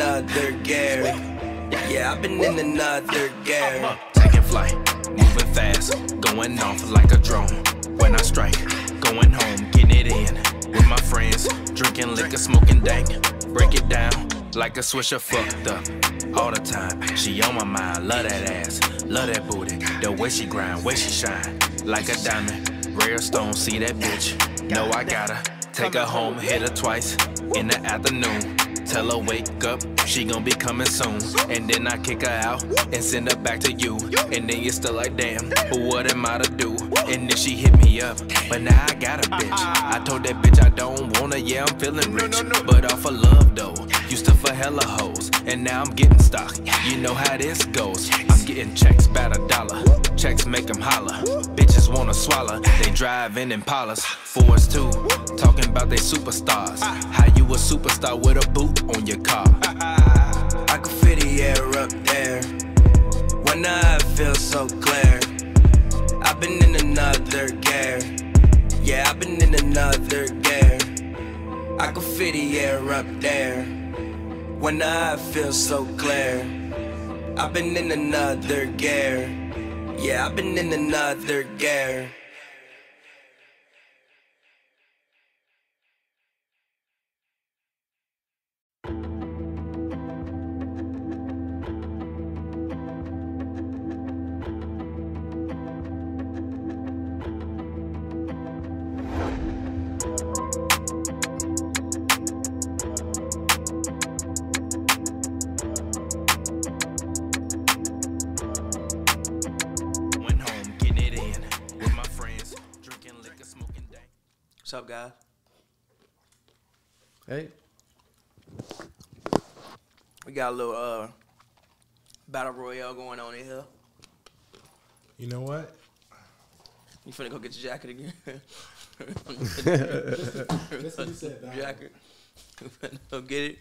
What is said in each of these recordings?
another gear. Yeah, I've been in another gear. Taking flight, moving fast, going off like a drone. When I strike, going home, getting it in with my friends, drinking liquor, smoking dank. Break it down like a swisher fucked up all the time. She on my mind, love that ass, love that booty, the way she grind, way she shine, like a diamond, rare stone. See that bitch? Know I gotta take her home, hit her twice in the afternoon. Tell her wake up, she gon' be coming soon. And then I kick her out and send her back to you. And then you're still like, damn, but what am I to do? And then she hit me up, but now I got a bitch. I told that bitch I don't wanna, yeah, I'm feeling rich. But off of love though, used to for hella hoes. And now I'm getting stock, you know how this goes. I'm getting checks about a dollar, checks make them holler. Bitches wanna swallow, they drive in Impalas. Fours too, talking about they superstars. How you a superstar with a boot on your car? I could feel the air up there. When I feel so clear, I've been in another gear. Yeah, I've been in another gear. I could feel the air up there. When I feel so clear, I've been in another gear. Yeah, I've been in another gear. Went home, getting it in with my friends, drinking liquor, smoking dank. What's up, guys? Hey, We got a little uh battle royale going on in here. you know what? You finna go get your jacket again. That's what you said. Doc. jacket. You finna go get it.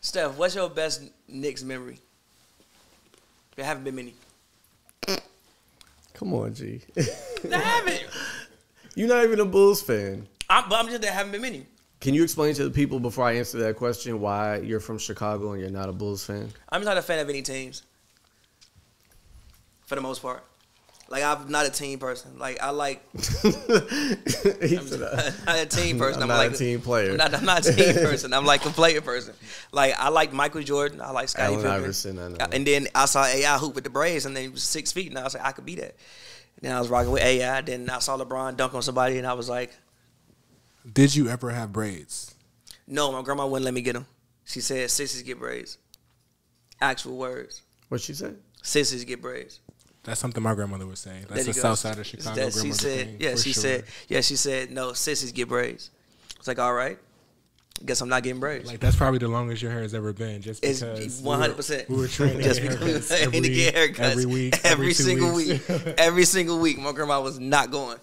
Steph, what's your best Knicks memory? There haven't been many. Come on, G. There haven't. You're not even a Bulls fan. I'm, but I'm just there haven't been many. Can you explain to the people before I answer that question why you're from Chicago and you're not a Bulls fan? I'm just not a fan of any teams. For the most part. Like I'm not a team person. Like I like He said, uh, I'm not a team person. I'm I'm, not like a team player. I'm not, I'm not a team person. I'm like a player person. Like I like Michael Jordan. I like Scottie Allen Pippen. Uh, Iverson, I know. And then I saw AI hoop with the Braves, and then he was six feet, and I was like, I could be that. Then I was rocking with AI. Then I saw LeBron dunk on somebody, and I was like, Did you ever have braids? No, my grandma wouldn't let me get them. She said sissies get braids. Actual words. What she said? Sissies get braids. That's something my grandmother would say. There That's the you go. south side of Chicago That grandmother she said, thing. yeah, for she sure. said, yeah, she said, no, sissies get braids. It's like, all right, guess I'm not getting braids. Like that's probably the longest your hair has ever been, just It's because we were- 100%. We were training just to get because haircuts every, every, to get haircuts every week, every, two single weeks. week, every single week. My grandma was not going.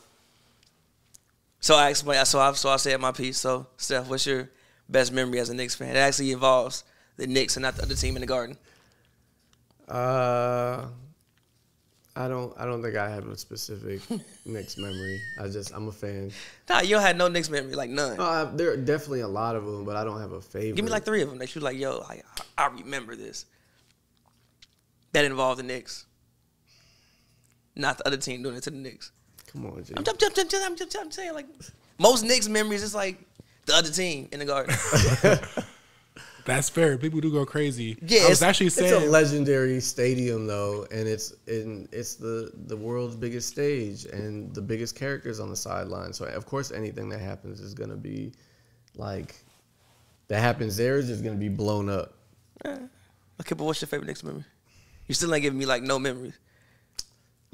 So I explained. So I so I said my piece. So Steph, what's your best memory as a Knicks fan? It actually involves the Knicks and not the other team in the Garden. Uh, I don't. I don't think I have a specific Knicks memory. I just I'm a fan. Nah, you don't have no Knicks memory, like none. Uh, there are definitely a lot of them, but I don't have a favorite. Give me like three of them that you like. Yo, I, I remember this. That involved the Knicks, not the other team doing it to the Knicks. Come on, G. I'm, I'm, I'm, I'm, I'm, I'm, I'm saying like most Knicks memories is like the other team in the garden. That's fair. People do go crazy. Yeah, I it's- was actually It's a saying legendary stadium though, and it's in it's the the world's biggest stage and the biggest characters on the sideline. So of course, anything that happens is gonna be like that happens there is just gonna be blown up. okay, but what's your favorite Knicks memory? You still ain't giving me like no memories.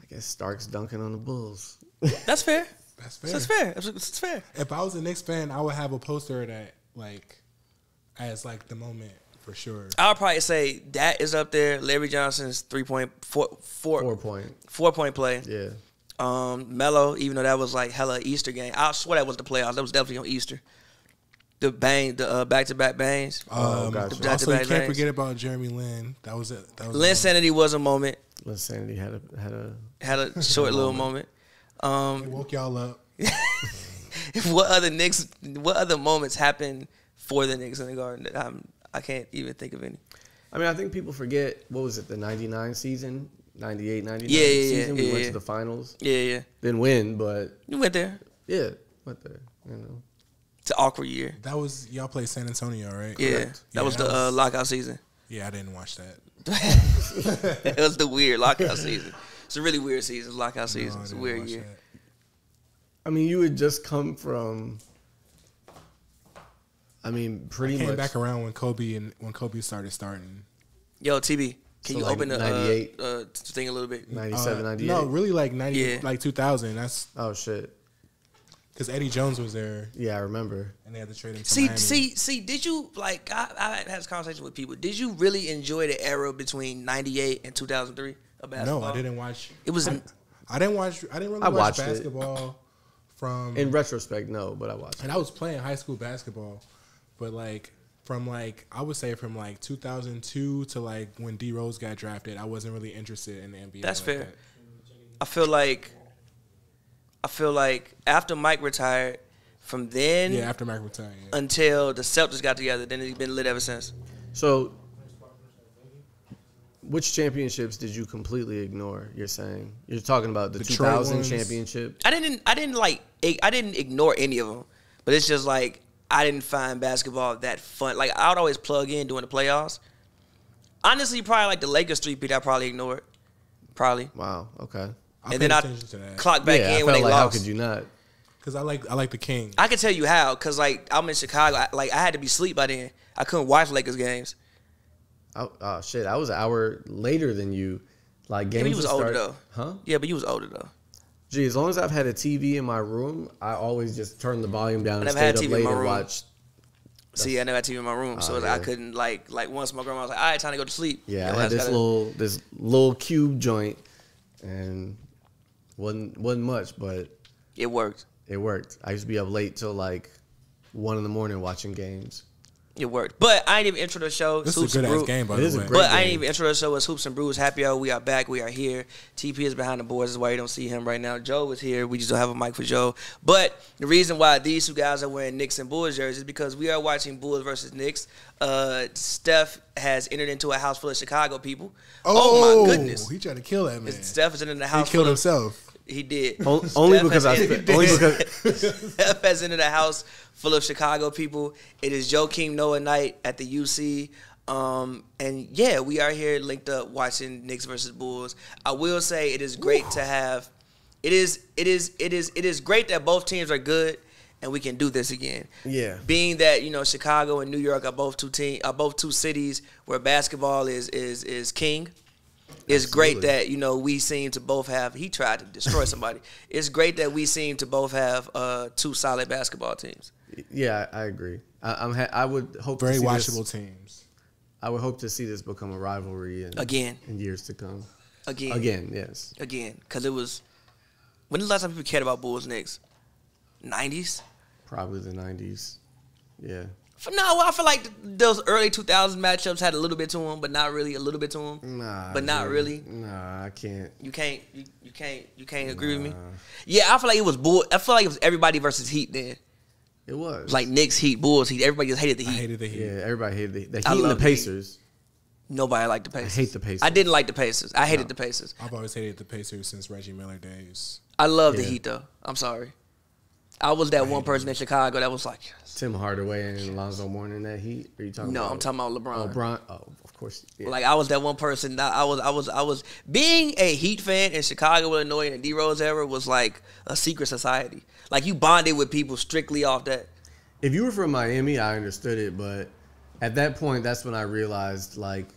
I guess Starks dunking on the Bulls. That's fair. that's fair. That's fair. That's, that's fair. If I was a Knicks fan, I would have a poster of that like as like the moment for sure. I'll probably say that is up there. Larry Johnson's three point four four Four point. four point play. Yeah. Um, Mello, even though that was like hella Easter game, I swear that was the playoffs. That was definitely on Easter. The bang, the back to back bangs. Oh, Um, gotcha. Back-to-back also, you can't lanes. forget about Jeremy Lin. That was it. That was Lynn Sanity was a moment. Insanity had a had a Had a short little moment. Um, Woke y'all up. what other Knicks? What other moments happened for the niggas in the garden that I'm I can't even think of any. I mean, I think people forget what was it the '99 season, '98, '99 Yeah, yeah, yeah, season. we yeah, went yeah. to the finals, Yeah, yeah. didn't win, but You went there. yeah, went there. You know, It's an awkward year. That was y'all played San Antonio, right? Yeah. Correct. That was the uh, lockout season. yeah. I didn't watch that. It was the weird lockout season. It's a really weird season, lockout No, I season. it's a didn't weird watch year. that. I mean, you had just come from. I mean, pretty Came much. back around when Kobe and when Kobe started starting. Yo, TB, can So, you like, open the 98? uh, uh, thing a little bit? 97, Uh, 98. No, really like ninety, Yeah. like two thousand. That's Oh shit! because Eddie Jones was there, Yeah, I remember. and they had to trade him. To See, Miami. see, see. Did you like? I, I had this conversation with people. Did you really enjoy the era between '98 and 2003 of basketball? no, I didn't watch. It was. I didn't watch. I didn't really I watched watch it. basketball from. In retrospect, no, but I watched. it. and I was playing high school basketball, but like from like I would say from like 2002 to like when D Rose got drafted, I wasn't really interested in the NBA. That's like fair. that. I feel like. I feel like after Mike retired, from then Yeah, after Mac retired. Yeah. until the Celtics got together, then it's been lit ever since. So, which championships did you completely ignore? You're saying you're talking about the Detroit 2000 ones. championship. I didn't. I didn't like. ig- I didn't ignore any of them, but it's just like I didn't find basketball that fun. Like I would always plug in during the playoffs. Honestly, probably like the Lakers three beat. I probably ignored. Probably. Wow. Okay. and I paid then I attention to that clocked back yeah, I in felt when like they how lost. could you not? because I like I like the King. I can tell you how, cause like I'm in Chicago. I, like I had to be asleep by then. I couldn't watch Lakers games. I, oh shit! I was an hour later than you. Like games but he was would older start- though. Huh? Yeah, but you was older though. Gee, as long as I've had a TV in my room, I always just turn the volume down and never stayed had up TV in late my and room. watched. See, I never had TV in my room, so Oh, like, I yeah. couldn't like like once my grandma was like, "All right, time to go to sleep." Your Yeah, I ass had this gotta- little this little cube joint, and wasn't wasn't much, but It worked. it worked. I used to be up late till like one in the morning watching games. It worked. But I ain't even intro the show. This Hoops is a and good ass Brew- game, by It is the a way. great- But I ain't game. even intro us. So it's Hoops and Brews. Happy hour. We are back. We are here. TP is behind the boards. Is why you don't see him right now. Joe is here. We just don't have a mic for Joe. But the reason why these two guys are wearing Knicks and Bulls jerseys is because we are watching Bulls versus Knicks. Uh, Steph has entered into a house full of Chicago people. Oh, my goodness. He tried to kill that man. Steph is in the He house. killed full of- himself. He did. O- only Steph because I has spe- entered- only because Steph has entered a house full of Chicago people. It is Joakim Noah night at the UC. Um, and yeah, we are here linked up watching Knicks versus Bulls. I will say it is great to have it is it is it is it is great that both teams are good and we can do this again. Yeah. Being that, you know, Chicago and New York are both two team are both two cities where basketball is is is king. It's great Absolutely. that you know we seem to both have. He tried to destroy somebody. it's great that we seem to both have uh, two solid basketball teams. yeah, I I agree. I, I'm ha- I would hope to Very see this- watchable teams. I would hope to see this become a rivalry in, Again. in years to come. Again, Again, yes. again, because it was when the last time people cared about Bulls Knicks, nineties. Probably the '90s. Yeah. For now, I feel like those early 2000 matchups had a little bit to them, but not really. A little bit to them, Nah. but not dude. really. Nah, I can't. You can't, you, you can't, you can't agree with me. Yeah, I feel like it was bull. I feel like it was everybody versus Heat then. It was Like Knicks, Heat, Bulls, Heat. Everybody just hated the I Heat. hated the Heat. yeah, everybody hated the, the Heat I and the love the Heat. Pacers. Nobody liked the Pacers. hate the Pacers. I didn't like the Pacers. I hated the Pacers. I've always hated the Pacers since Reggie Miller days. I love the Yeah. Heat though. I'm sorry. I was that one person in Chicago that was like, yes. Tim Hardaway and Alonzo Mourning that Heat. Are you talking? no, about I'm talking about Oh, LeBron. Bron. Oh, of course. Yeah. Like I was that one person. That I was, I was, I was being a Heat fan in Chicago, Illinois, in the D Rose era was like a secret society. Like you bonded with people strictly off that. if you were from Miami, I understood it, but at that point, that's when I realized like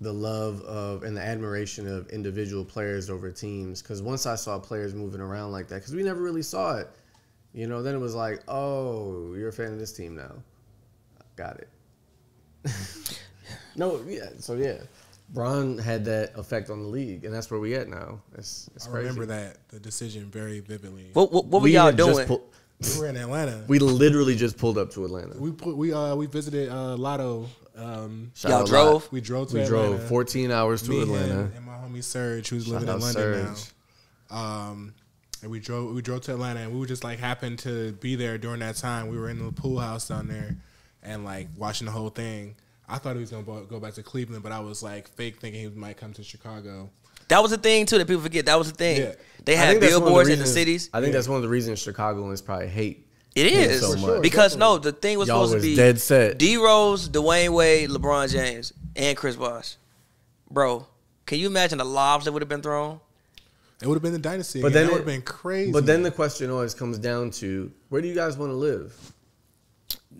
the love of and the admiration of individual players over teams. Because once I saw players moving around like that, because we never really saw it, you know, then it was like, oh, you're a fan of this team now. Got it. no, yeah. So yeah, Bron had that effect on the league, and that's where we at now. It's, it's I crazy. remember that the decision very vividly. What, what, what were We y'all had just doing? pull- we were in Atlanta. we literally just pulled up to Atlanta. We put, we uh we visited uh Lotto. Um, Shout Y'all out drove? we drove to We Atlanta. drove 14 hours to me, him, Atlanta. and my homie Serge, who's Shout living in out London Serge. now. Um, and we drove we drove to Atlanta, and we were just like happened to be there during that time. We were in the pool house down there, and like watching the whole thing. I thought he was gonna bo- go back to Cleveland, but I was like fake thinking he might come to Chicago. That was a thing too that people forget. That was a thing. Yeah. They I had think that's one of billboards in the reasons- cities. I think that's one of the reasons Chicagoans probably hate. It him is so much. because no, the thing was Y'all supposed was to be dead set. D Rose, Dwayne Wade, LeBron James, and Chris Bosh. Bro, can you imagine the lobs that would have been thrown? It would have been the dynasty, But but then then it would it- have been crazy. But then the question always comes down to where do you guys want to live?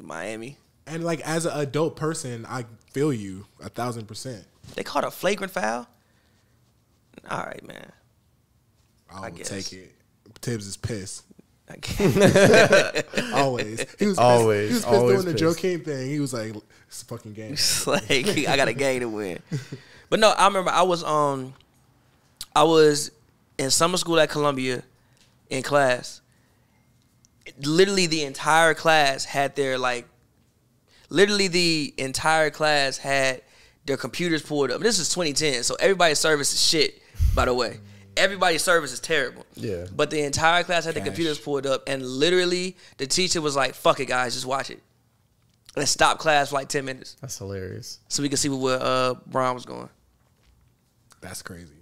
Miami. and like as an adult person, I feel you a thousand percent. They caught a flagrant foul. All right, man. I will I guess. take it. Tibbs is pissed. I can't. Always. He was Always, Pissed. He was pissed always doing the pissed. Joakim thing. He was like, "It's a fucking game." It's like I got a game to win. But no, I remember I was um I was in summer school at Columbia in class. Literally the entire class had their like literally the entire class had their computers pulled up. This is 2010, so everybody's service is shit, by the way. Everybody's service is terrible. Yeah. But the entire class had their Cash. computers pulled up and literally the teacher was like, fuck it guys, just watch it. And stopped class for like 10 minutes That's hilarious. so we could see where uh Brian was going. That's crazy.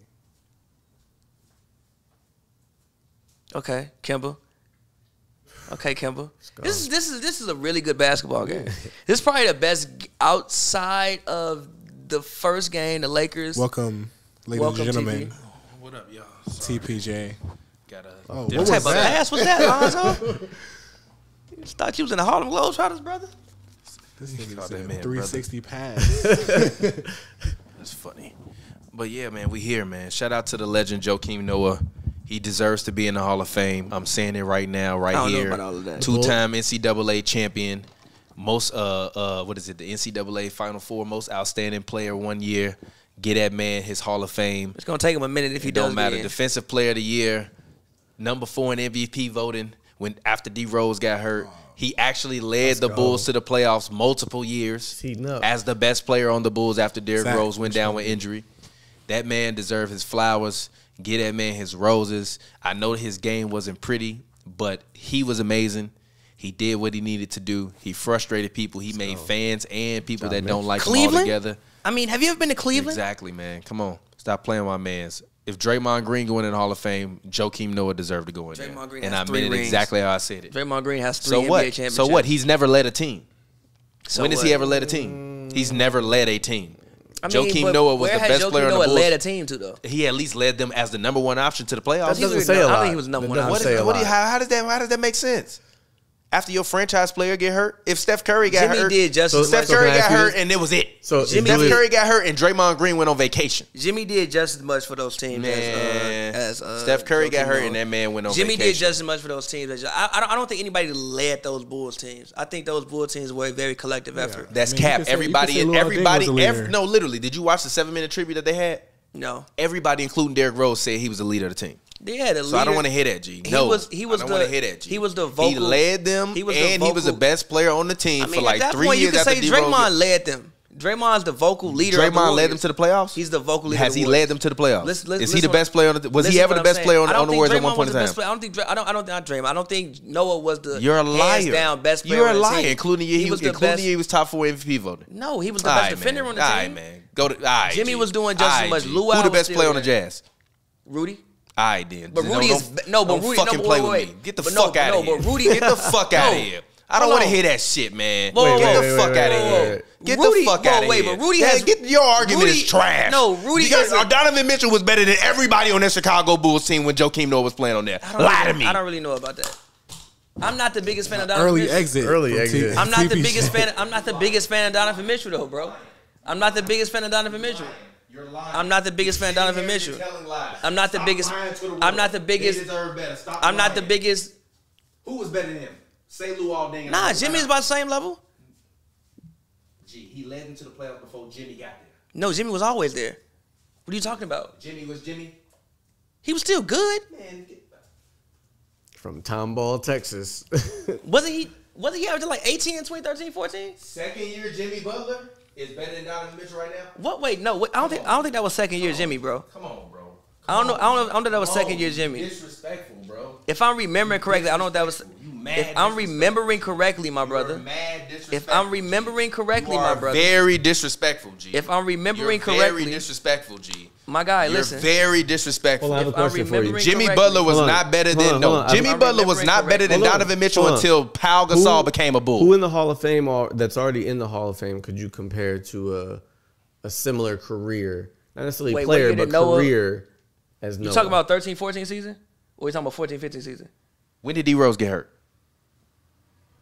Okay, Kimba. Okay, Kimba. This is this is this is a really good basketball game. This is probably the best g- outside of the first game, the Lakers. Welcome, ladies Welcome, and gentlemen. What up, y'all? TPJ. Got a Oh, What What was type of that? ass was that, Lonzo? you just thought you was in the Harlem Globetrotters, brother? This nigga Call that said man 360 pass. That's funny. But yeah, man, we here, man. Shout out to the legend Joakim Noah. He deserves to be in the Hall of Fame. I'm saying it right now, right I don't know here. about all of that. Two-time NCAA champion. Most uh uh what is it? The NCAA Final Four most outstanding player one year. Get that man his Hall of Fame. It's gonna take him a minute if he It don't does matter. get in. Defensive Player of the Year, number four in MVP voting. When after D Rose got hurt, he actually led the go. Bulls to the playoffs multiple years Heating up. as the best player on the Bulls after Derrick Fact. Rose went down with injury. That man deserved his flowers. Get that man his roses. I know his game wasn't pretty, but he was amazing. He did what he needed to do. He frustrated people. He made fans and people that don't like him all Cleveland. together. I mean, have you ever been to Cleveland? Exactly, man. Come on. Stop playing with my man's. If Draymond Green going in the Hall of Fame, Joakim Noah deserved to go in there. Draymond Green and has I three meant it rings. exactly how I said it. Draymond Green has three so NBA what? championships. So what? He's never led a team. So when has what? he ever led a team? He's never led a team. I mean, Joakim but Noah was where the has best Joakim player on Noah the led Bulls. a team to though. He at least led them as the number one option to the playoffs. That doesn't was say num- a I lot. think he was number That one option. doesn't What say is, a what do you, lot. how, how does that how does that make sense? After your franchise player get hurt, if Steph Curry got Jimmy hurt, did just So as Steph much. So Curry can I got ask you hurt this? and it was it. So is Steph Julius- Curry got hurt and Draymond Green went on vacation. Jimmy did just as much for those teams Man, as, uh, as uh, Steph Curry got Joakim hurt Noah. and that man went on Jimmy did vacation. just as much for those teams. as- I, I, don't, I don't think anybody led those Bulls teams. I think those Bulls teams were a very collective effort. That's I mean, you cap. could say- you could everybody, say Lou Alding everybody, was a ev- leader. no, literally. Did you watch the seven minute tribute that they had? no, Everybody, including Derrick Rose, said he was the leader of the team. yeah. The So I don't leader- want to hear that, G. He No, was- he was I don't the- want to hear that, G. he was the vocal- He led them, he was the and he was the vocal- best player on the team I mean, for at like that three point, you years can after say D-Rose Draymond got- led them. Draymond's the vocal leader. of the Draymond led them Warriors. to the playoffs. He's the vocal leader. Has of the he Warriors. led them to the playoffs? Let's- let's- Is he listen the to- best player on the? Was listen he to ever what the I'm best saying. player on, I don't on the think Warriors at Draymond one was point the in time? best player. I don't think Dray- I don't I don't think Draymond. I don't think Noah was the You're a liar. hands down best player. You're a on the liar. team. Including you, he was, the including best- you, he was top four MVP voting. No, he was the All best right, defender man. on the All team. right, man. Go to all right, Jimmy G. was doing just All as right, much. G. Luau Who the was best still player on the there. Jazz? Rudy. All right, then. But No, Rudy don't- is no, but don't Rudy- no, fucking but play wait, with wait. me. Get the But no, fuck out no, of here. but Rudy- get the fuck out of No. here. I don't Hold want to on. hear that shit, man. Whoa, get whoa, the wait, fuck wait, out of wait, here. wait, wait. Get Rudy- the fuck whoa, out of wait, here. but Rudy Yes, has- get your argument Rudy- is trash. No, Rudy You guys, has a- Donovan Mitchell was better than everybody on that Chicago Bulls team when Joakim Noah was playing on there. I don't Lie really- to me. I don't really know about that. I'm not the biggest fan of Donovan Early Mitchell. exit. Early from exit. T- I'm not the TPJ. biggest fan. I'm not the biggest fan of Donovan Mitchell though, bro. I'm not the biggest fan of Donovan Mitchell. You're lying. I'm not the biggest fan of Donovan Mitchell. I'm not the biggest- I'm not the biggest- I'm not the biggest. Who was better than him? Say Lou Alding. Nah, Jimmy's about the same level. Gee, he led him to the playoffs before Jimmy got there. No, Jimmy was always there. What are you talking about? Jimmy was Jimmy. He was still good, Man, From Tomball, Texas. wasn't he? Wasn't he averaging like 18 in 2013, 14? second year Jimmy Butler is better than Donovan Mitchell right now. What? Wait, no. Wait, I don't think. I don't think that was second year Jimmy, bro. Come on, bro. I don't know. I don't know. I don't know if that was second year Jimmy. Disrespectful, bro. If I'm remembering correctly, I don't know if that was. You mad. If I'm disrespect- remembering correctly, my you are brother. mad disrespectful. If I'm remembering correctly, You my are brother. very disrespectful, G. If I'm remembering You're very correctly, disrespectful, G. my guy, You're listen. very Hold on, I have disrespectful. a If I question for you. remember it- Jimmy Incorrectly. Butler was Hold on, not better hold than on, no. hold on. Jimmy I'm Butler was remembering not better than correctly. Hold on, Donovan Mitchell hold on. until Pau Gasol became a Who bull. in the Hall of Fame al- that's already in the Hall of Fame could you compare to a a similar career? Not necessarily Wait, what player, year but did Noah- career as Noah. You talking about 13, 14 season? Or you talking about 14, 15 season? When did D Rose get hurt?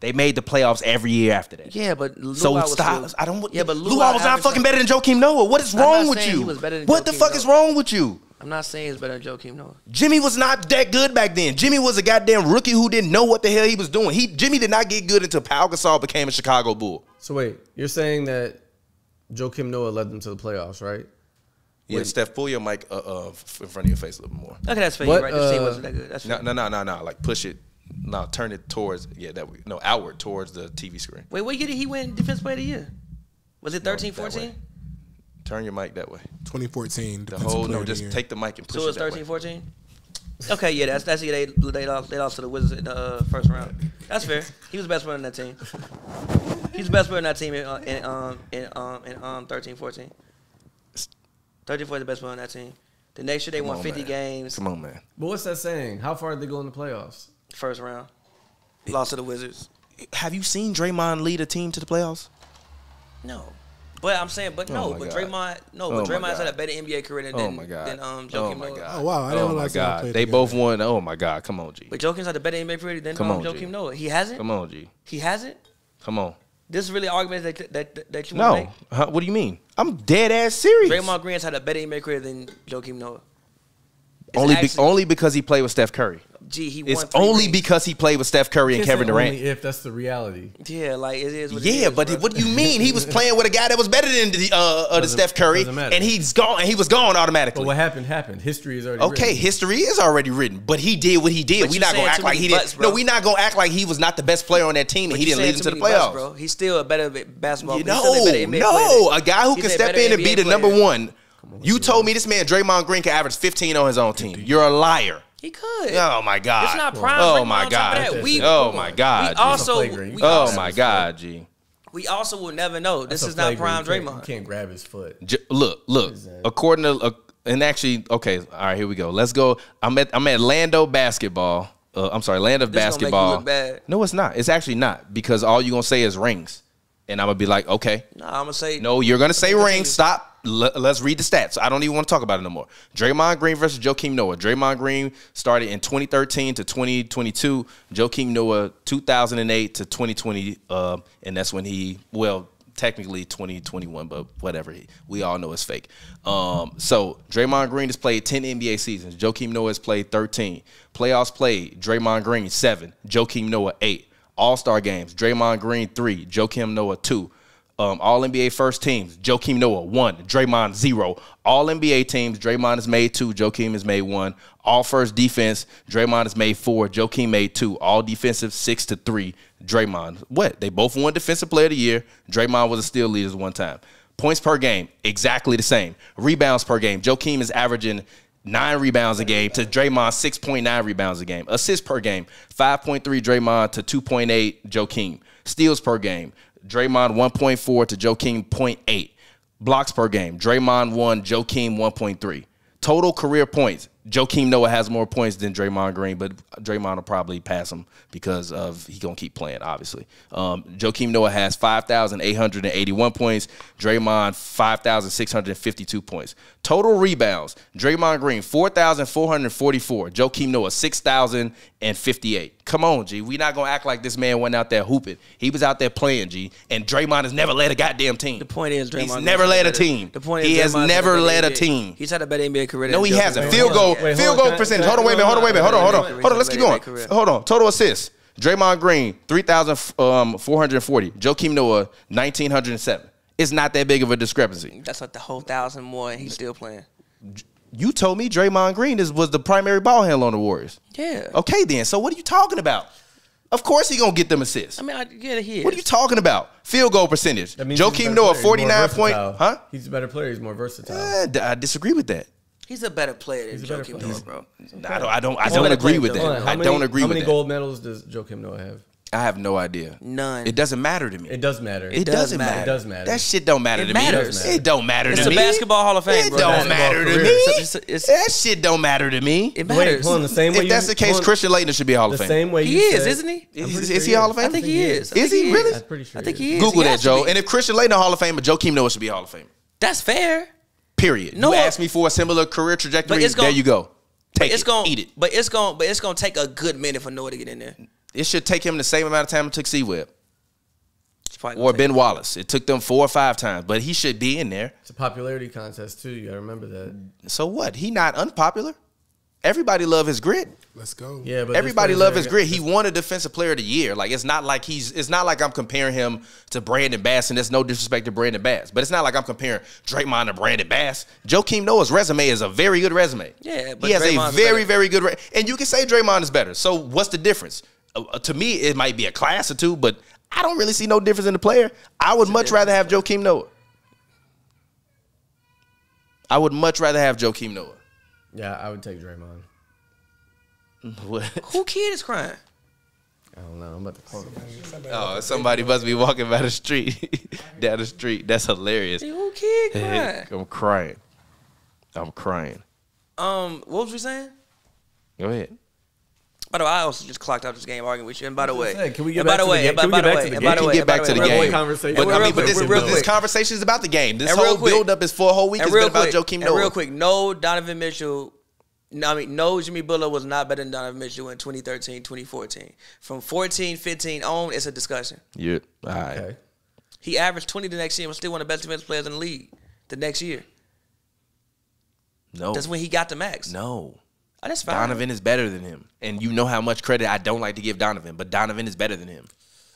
They made the playoffs every year after that. Yeah, but Lou So I was stop. still- I don't. Yeah, but Lou Lou I was not averaged fucking like- better than Joakim Noah. What is I'm not wrong with saying you? he was better than What the Joakim fuck is Noah. wrong with you? I'm not saying it's better than Joakim Noah. Jimmy was not that good back then. Jimmy was a goddamn rookie who didn't know what the hell he was doing. He Jimmy did not get good until Pau Gasol became a Chicago Bull. So wait, you're saying that Joakim Noah led them to the playoffs, right? Yeah, Steph, pull your mic uh, uh, f- in front of your face a little bit more. Look at that space, What, right? This team uh, wasn't that good. That's No, fair. no, no, no, no. Like push it. No, turn it towards. Yeah, that way. No, outward towards the TV screen. Wait, what year did he win Defense Player of the Year? Was it 13, that way. 14? Turn your mic that way. 2014. The whole no, just take the mic and push So it it was that 13, way. 14? Okay, yeah, that's that's yeah, they they lost, they lost to the Wizards in the uh, first round. That's fair. He was the best player on that team. He's the best player on that team in, uh, in um in um in um 13, 14. 13, 14 is the best player on that team. The next year they Come won on, 50 man. games Come on, man. But what's that saying? How far did they go in the playoffs? first round. Lost to the Wizards. Have you seen Draymond lead a team to the playoffs? No. But I'm saying, but no, Oh my but God. Draymond, no, Oh but my Draymond's had a God. better NBA career than, oh my god. than um, Joakim oh my Noah. god. Oh, wow, I didn't oh my realize they all god. played They together. both won. Oh my god. Come on, G. But Joakim's had a better NBA career than Come um, on, G. Joakim Noah. He hasn't. Come on, G. He hasn't. Come on. This is really argument that that that you want No. to Huh? What do you mean? I'm dead ass serious. make. Draymond Green's had a better NBA career than Joakim Noah. It's only be, actually- only because he played with Steph Curry. Gee, he It's won. three only rings. because he played with Steph Curry and Can't Kevin say Durant. Only if that's the reality. yeah, like it is. What it Yeah, is, but bruh. what do you mean? He was playing with a guy that was better than the, uh, uh, the Doesn't- Steph Curry, doesn't matter. and he's gone. And he was gone But automatically. what happened happened. History is already okay, written. history is already written, but he did what he did. But we you not gonna saying act too like many he buts, didn't. bro. No, we not gonna act like he was not the best player on that team, and But he you didn't saying lead him too to the many busts, playoffs. bro. He's still a better basketball. You he's still a better know, NBA no, player than- a guy who he's can a step better in and NBA be the number player. one. You told me this man Draymond Green can average 15 on his own team. You're a liar. He could. Oh my god. It's not prime. Oh Draymond my on top of god. that. We- Oh my god. We G. also, play green. we Oh Oh also, my god, G. we also will never know. This That's a is not flagrant. prime You can't- You Draymond. can't grab his foot. J- look, look. Exactly. According to uh, and actually, okay, all right, here we go. Let's go. I'm at I'm at Lando basketball. Uh, I'm sorry, Land of This gonna make you basketball. look bad. No, it's not. It's actually not because all you're gonna say is rings, and I'm gonna be like, okay, No, I'm gonna say no, you're gonna say Continue. rings. Stop. L- let's read the stats. I don't even want to talk about it no more. Draymond Green versus Joakim Noah. Draymond Green started in 2013 to 2022. Joakim Noah 2008 to 2020, uh, and that's when he well technically 2021, but whatever. He, we all know it's fake. Um, so Draymond Green has played 10 NBA seasons. Joakim Noah has played 13. Playoffs played. Draymond Green seven. Joakim Noah eight. All Star games. Draymond Green three. Joakim Noah two. Um, all NBA first teams, Joakim Noah one, Draymond zero. All NBA teams, Draymond has made two, Joakim has made one. All first defense, Draymond has made four, Joakim made two. All defensive six to three, Draymond. What? They both won Defensive Player of the Year. Draymond was a steal leaders one time. Points per game, exactly the same. Rebounds per game, Joakim is averaging nine rebounds a game to Draymond six point nine rebounds a game. Assists per game, five point three Draymond to two point eight Joakim. Steals per game. Draymond 1.4 to Joakim 0.8. Blocks per game. Draymond 1, Joakim 1.3. Total career points. Joakim Noah has more points than Draymond Green, but Draymond will probably pass him because of he gonna keep playing, obviously. Um, Joakim Noah has 5,881 points. Draymond 5,652 points. Total rebounds. Draymond Green 4,444. Joakim Noah 6,058. Come on, G. We not gonna act like this man went out there hooping. He was out there playing, G. And Draymond has never led a goddamn team. The point is, Draymond he's Green never had led a better- team. The point is, he has Draymond's had never better led a NBA team. He's had a better NBA career. No, than he Joakim hasn't. Noah. Field goal, Wait, hold field on, goal can I- percentage. can I- Hold on, wait a minute. Hold on, wait a minute. Hold on, hold on, Reason hold on. Let's to keep make going. that career. Hold on. Total assists: Draymond Green, three thousand um, four hundred forty. Joakim Noah, nineteen hundred and seven. It's not that big of a discrepancy. That's like the whole thousand more, and he's still playing. You told me Draymond Green is, was the primary ball handler on the Warriors. Yeah. Okay, then. So what are you talking about? Of course he gonna get them assists. I mean, I get it here. What are you talking about? Field goal percentage. That means he's a Joakim better Noah, player. He's more forty nine point. versatile. Huh? He's a better player. He's more versatile. Eh, I disagree with that. He's a better player than He's a better Joakim player. Noah, bro. I don't. I don't. I Hold don't on, agree with hold on, that. How I many- don't agree How with many that. gold medals does Joakim Noah have? I have no idea. None. It doesn't matter to me. It does matter. It, does doesn't matter. matter. It does matter. That shit don't matter It to matters. me. It don't matter It's to a me. basketball Hall of Fame, It bro. don't Basketball matter to career. me. It's a- it's a- that shit don't matter to me. It Wait, matters. hold on. The same way. If you- that's the case, hold on, Christian Leighton should be a Hall The of Famer. same way He you is, said- isn't he? I'm pretty Is, sure is he a Hall of I Famer? think he is. I Is think he really? I'm pretty sure. I think he is. he is. Google He that, has to Joe. be. And if Christian Leighton a Hall of Famer, Joakim Noah should be a Hall of Famer. That's fair. Period. Noah- you asked me for a similar career trajectory. But it's there gon- you go. Take It's it. gonna eat it. But it's gonna but it's gonna take a good minute for Noah to get in there. It should take him the same amount of time it took C Web It's probably gonna or take- Ben Wallace. It took them four or five times, but he should be in there. It's a popularity contest too. You gotta remember that. So what? He not unpopular. Everybody love his grit. Let's go. Yeah, but Everybody loves love his grit. He won a defensive player of the year. Like it's not like he's it's not like I'm comparing him to Brandon Bass, and there's no disrespect to Brandon Bass. But it's not like I'm comparing Draymond to Brandon Bass. Joakim Noah's resume is a very good resume. Yeah, but he has Draymond's a very, better. very good re- and you can say Draymond is better. So what's the difference? Uh, uh, to me, it might be a class or two, but I don't really see no difference in the player. I would much rather have Joakim Noah. I would much rather have Joakim Noah. Yeah, I would take Draymond. What? Who kid is crying? I don't know. I'm about to call him. Oh, somebody must be walking by the street, down the street. That's hilarious. Who kid crying? I'm crying. I'm crying. um, what was we saying? Go ahead. By the way, I also just clocked out this game arguing with you. And by the way, saying, can we get and back by to the the way, game? and by Can we by get the back way, to the and by the We game? can way, get back and by to the the way, game. quick conversation. But Real I mean, but quick, this, real this quick. conversation is about the game. This And whole real quick. build up is for a whole week. It's And been real about quick, Joakim and Noah. real quick, no Donovan Mitchell. No, I mean, no Jimmy Butler was not better than Donovan Mitchell in 2013, 2014. From 14, 15 on, it's a discussion. Yeah. All right. Okay. He averaged 20 the next year and was still one of the best defensive players in the league the next year. No. That's when he got the max. Oh. no. Oh, that's fine. Donovan is better than him, and you know how much credit I don't like to give Donovan, but Donovan is better than him.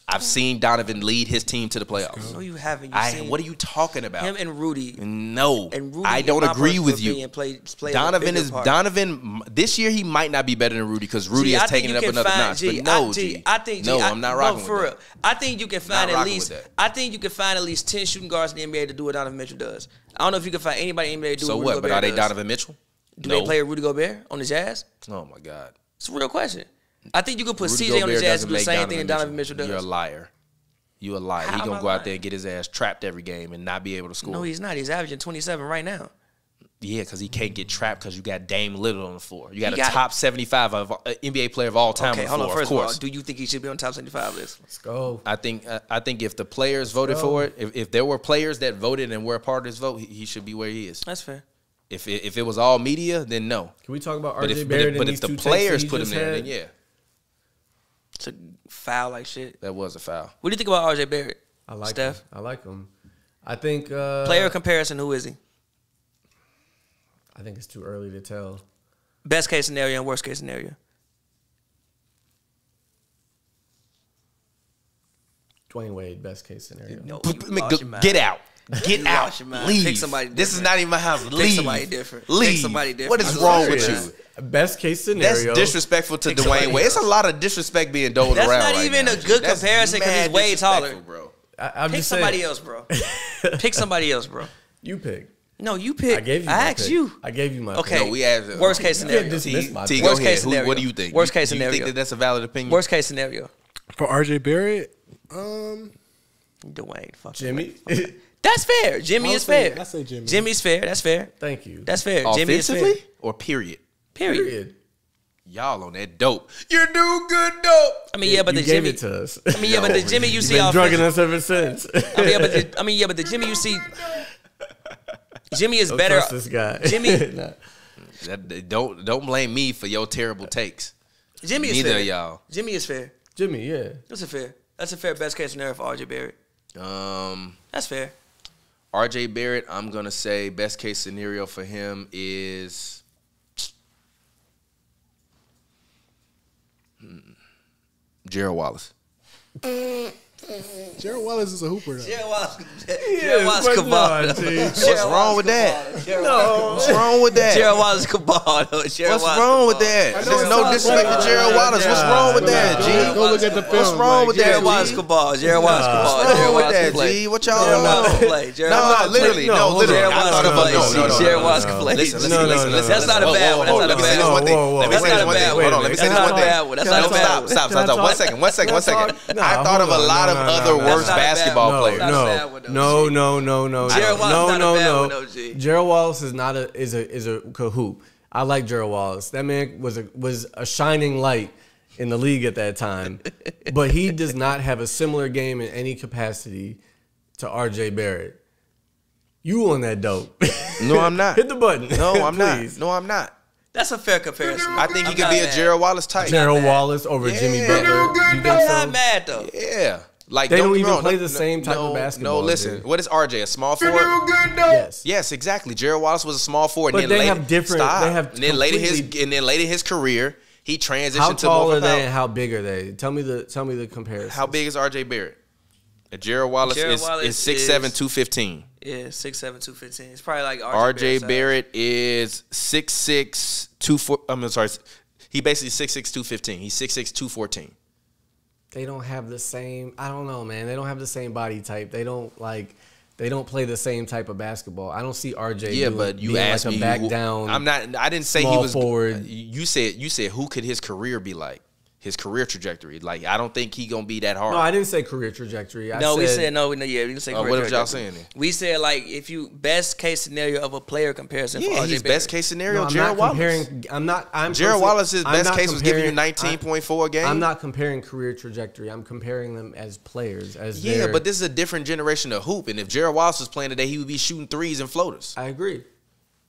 I've seen Donovan lead his team to the No, playoffs. you haven't. You've I. seen What are you talking about? Him and Rudy. No, And Rudy, I don't in my agree personal with you. opinion, played- played a Donovan bigger is part. Donovan. This year he might not be better than Rudy because Rudy Gee, I has think taken you it up can another find- notch. Gee, but no, I, G. Gee, I think. Gee, no, I, I'm not rocking no, for with real. that. I think you can find at rocking with least. that. I think you can find at least ten shooting guards in the NBA to do what Donovan Mitchell does. I don't know if you can find anybody in the NBA to do So what? Rudy what? But Gobert are does. they Donovan Mitchell? Do no. they play Rudy Gobert on the Jazz? oh my God. It's a real question. I think you could put Rudy CJ on Gobert the Jazz doesn't and do the make same thing that Donovan Mitchell You're a does. liar. You a liar. How he am gonna I go out there lying? and get his ass trapped every game and not be able to score. No, he's not. He's averaging twenty seven right now. yeah, because he can't get trapped because you got Dame Little on the floor. You got He a got- top 75 of uh, NBA player of all time Okay, on hold the floor. on. First of of all, course. do you think he should be on top seventy five list? Let's go. I think uh, I think if the players voted for it, if, if there were players that voted and were a part of this vote, he, he should be where he is. That's fair. If it, if it was all media, then no. Can we talk about But RJ if, but Barrett if, but and if these the two players takes that he put him just there, had? then yeah, It's a foul like shit. that was a foul. What do you think about RJ Barrett? I like Steph. Him. I like him. I think uh, Player comparison, who is he? I think it's too early to tell. Best case scenario and worst case scenario. Dwayne Wade, best case scenario. No, P- you p- lost go- your mind. get out. Get You out. lost your mind. Leave. Pick somebody this is different. not even my house. Leave. somebody different. Pick Leave. somebody What different. is I'm wrong with serious. you? Best case That's scenario. disrespectful to Pick Dwayne somebody Wade. It's a else. lot of disrespect being doled That's around. not right even now, a G. good That's comparison 'cause mad he's way taller. disrespectful, bro. I, I'm Pick just saying, somebody else, bro. pick somebody else, bro. You pick. No, you pick. I gave you. I my asked pick. you. I gave you my. Okay. pick. No, we asked. Worst case T- scenario. This is my T, pick. go Worst ahead. case Who- scenario. What do you think? Worst case Do you think scenario. that that's a valid opinion? Worst case scenario. For RJ Barrett, um, Dwayne. Fuck Jimmy. That's fair. Jimmy I is say- fair. I say Jimmy. Jimmy's fair. That's fair. Thank you. That's fair. Jimmy is fair. Offensively or period? Period. period. Y'all on that dope. You do good dope. I mean, yeah, but you the gave Jimmy. it to us. I mean, yeah, but the Jimmy you You've see been drugging offensive. us ever since. I mean, yeah, but the, I mean, yeah, but the Jimmy you see. Jimmy is better. Trust this guy, Jimmy- Nah. That, don't don't blame me for your terrible takes. Jimmy is Neither fair. of y'all. Jimmy is fair. Jimmy, yeah. That's a fair. That's a fair best case scenario for RJ Barrett. Um, That's fair. R.J. Barrett, I'm gonna say best case scenario for him is. Hmm. Gerald Wallace. Jared Wallace is a hooper though. Jared Wallace, is, Jared Wallace but Cabal. nah, T. What's What's wrong with that? What's wrong with that? Jared Wallace Cabal. What's wrong with that? There's no disrespect to Gerald Wallace. What's wrong with that, Go- G? Go, look at the film. What's wrong with that, Jared Wallace G? Cabal. Jared Wallace Cabal. What's Jared wrong with Wallace that, can play. G? What Jared y'all Wallace can know? play. Jared No, Wallace no, can literally, No, no, hold literally. Jared I Wallace thought can about play. no, no, no, See, Jared no, Wallace no, can no. play. Listen, No, listen, no, listen, no, listen. That's not a Hold- bad hold- one. That's hold. not a Let me say bad this one. one That's not a bad thing. Let me say this one thing. one. Hold on. Let me say That's this not one a bad thing. one. That's No, not a bad Stop, one. stop, Can I stop, stop. One talk? second, one second, Can I one second. talk? Nah, I thought of hold a on. lot No, of no, other no, no. worse That's not a bad basketball one. No, players. Not a no, bad one, though, no, G. no, no, no, Gerald no, Wallace not a bad no, no, one, no. though, G. Gerald Wallace is not a is a is a cahoot. I like Gerald Wallace. That man was a was a shining light in the league at that time, but he does not have a similar game in any capacity to R.J. Barrett. You on that dope? No, I'm not. Hit the button. No, I'm Please. not. No, I'm not. That's a fair comparison. I think I'm he could not be a mad. Gerald Wallace type. Gerald Wallace over Yeah. Jimmy They're Butler. no good, You think I'm so? not mad though. Yeah. Like They don't get me even wrong. play No, the same type of basketball, No, listen. dude. What is RJ? A small forward? Yes. Yes, exactly. Gerald Wallace was a small forward. But and then they later, have different- Stop. they have and then later his completely- and then later his career, he transitioned How to tall more are of a power- they and how big are they? Tell me the tell me the comparison. How big is RJ Barrett? Uh, Gerald Wallace Gerald is, Wallace is 6'7", is- 215. Yeah, six seven two fifteen. It's probably like RJ RJ size. Barrett is 6'6", 24 I'm sorry. He basically 6'6", 215. He's 6'6", 214. they don't have the same I don't know, man. They don't have the same body type. They don't like they don't play the same type of basketball. I don't see RJ Yeah, doing- but you being asked like me a back who- down. I'm not I didn't say he small was forward. You said you said who could his career be like? His career trajectory. Like I don't think he going to be that hard. No, I didn't say career trajectory. I No, said, we said no. We, no yeah, we didn't say. Uh, what correct was y'all record. saying then? We said like if you best case scenario of a player comparison. for yeah, RJ he's Barrett. best case No, scenario I'm Gerald not Wallace. comparing I'm not I'm Gerald personally- Wallace's I'm best not case was giving you comparing- 19.4 a game. I, I'm not comparing career trajectory. I'm comparing them as players as Yeah, their- but this is a different generation of hoop. And if Gerald Wallace was playing today, he would be shooting threes and floaters. I agree.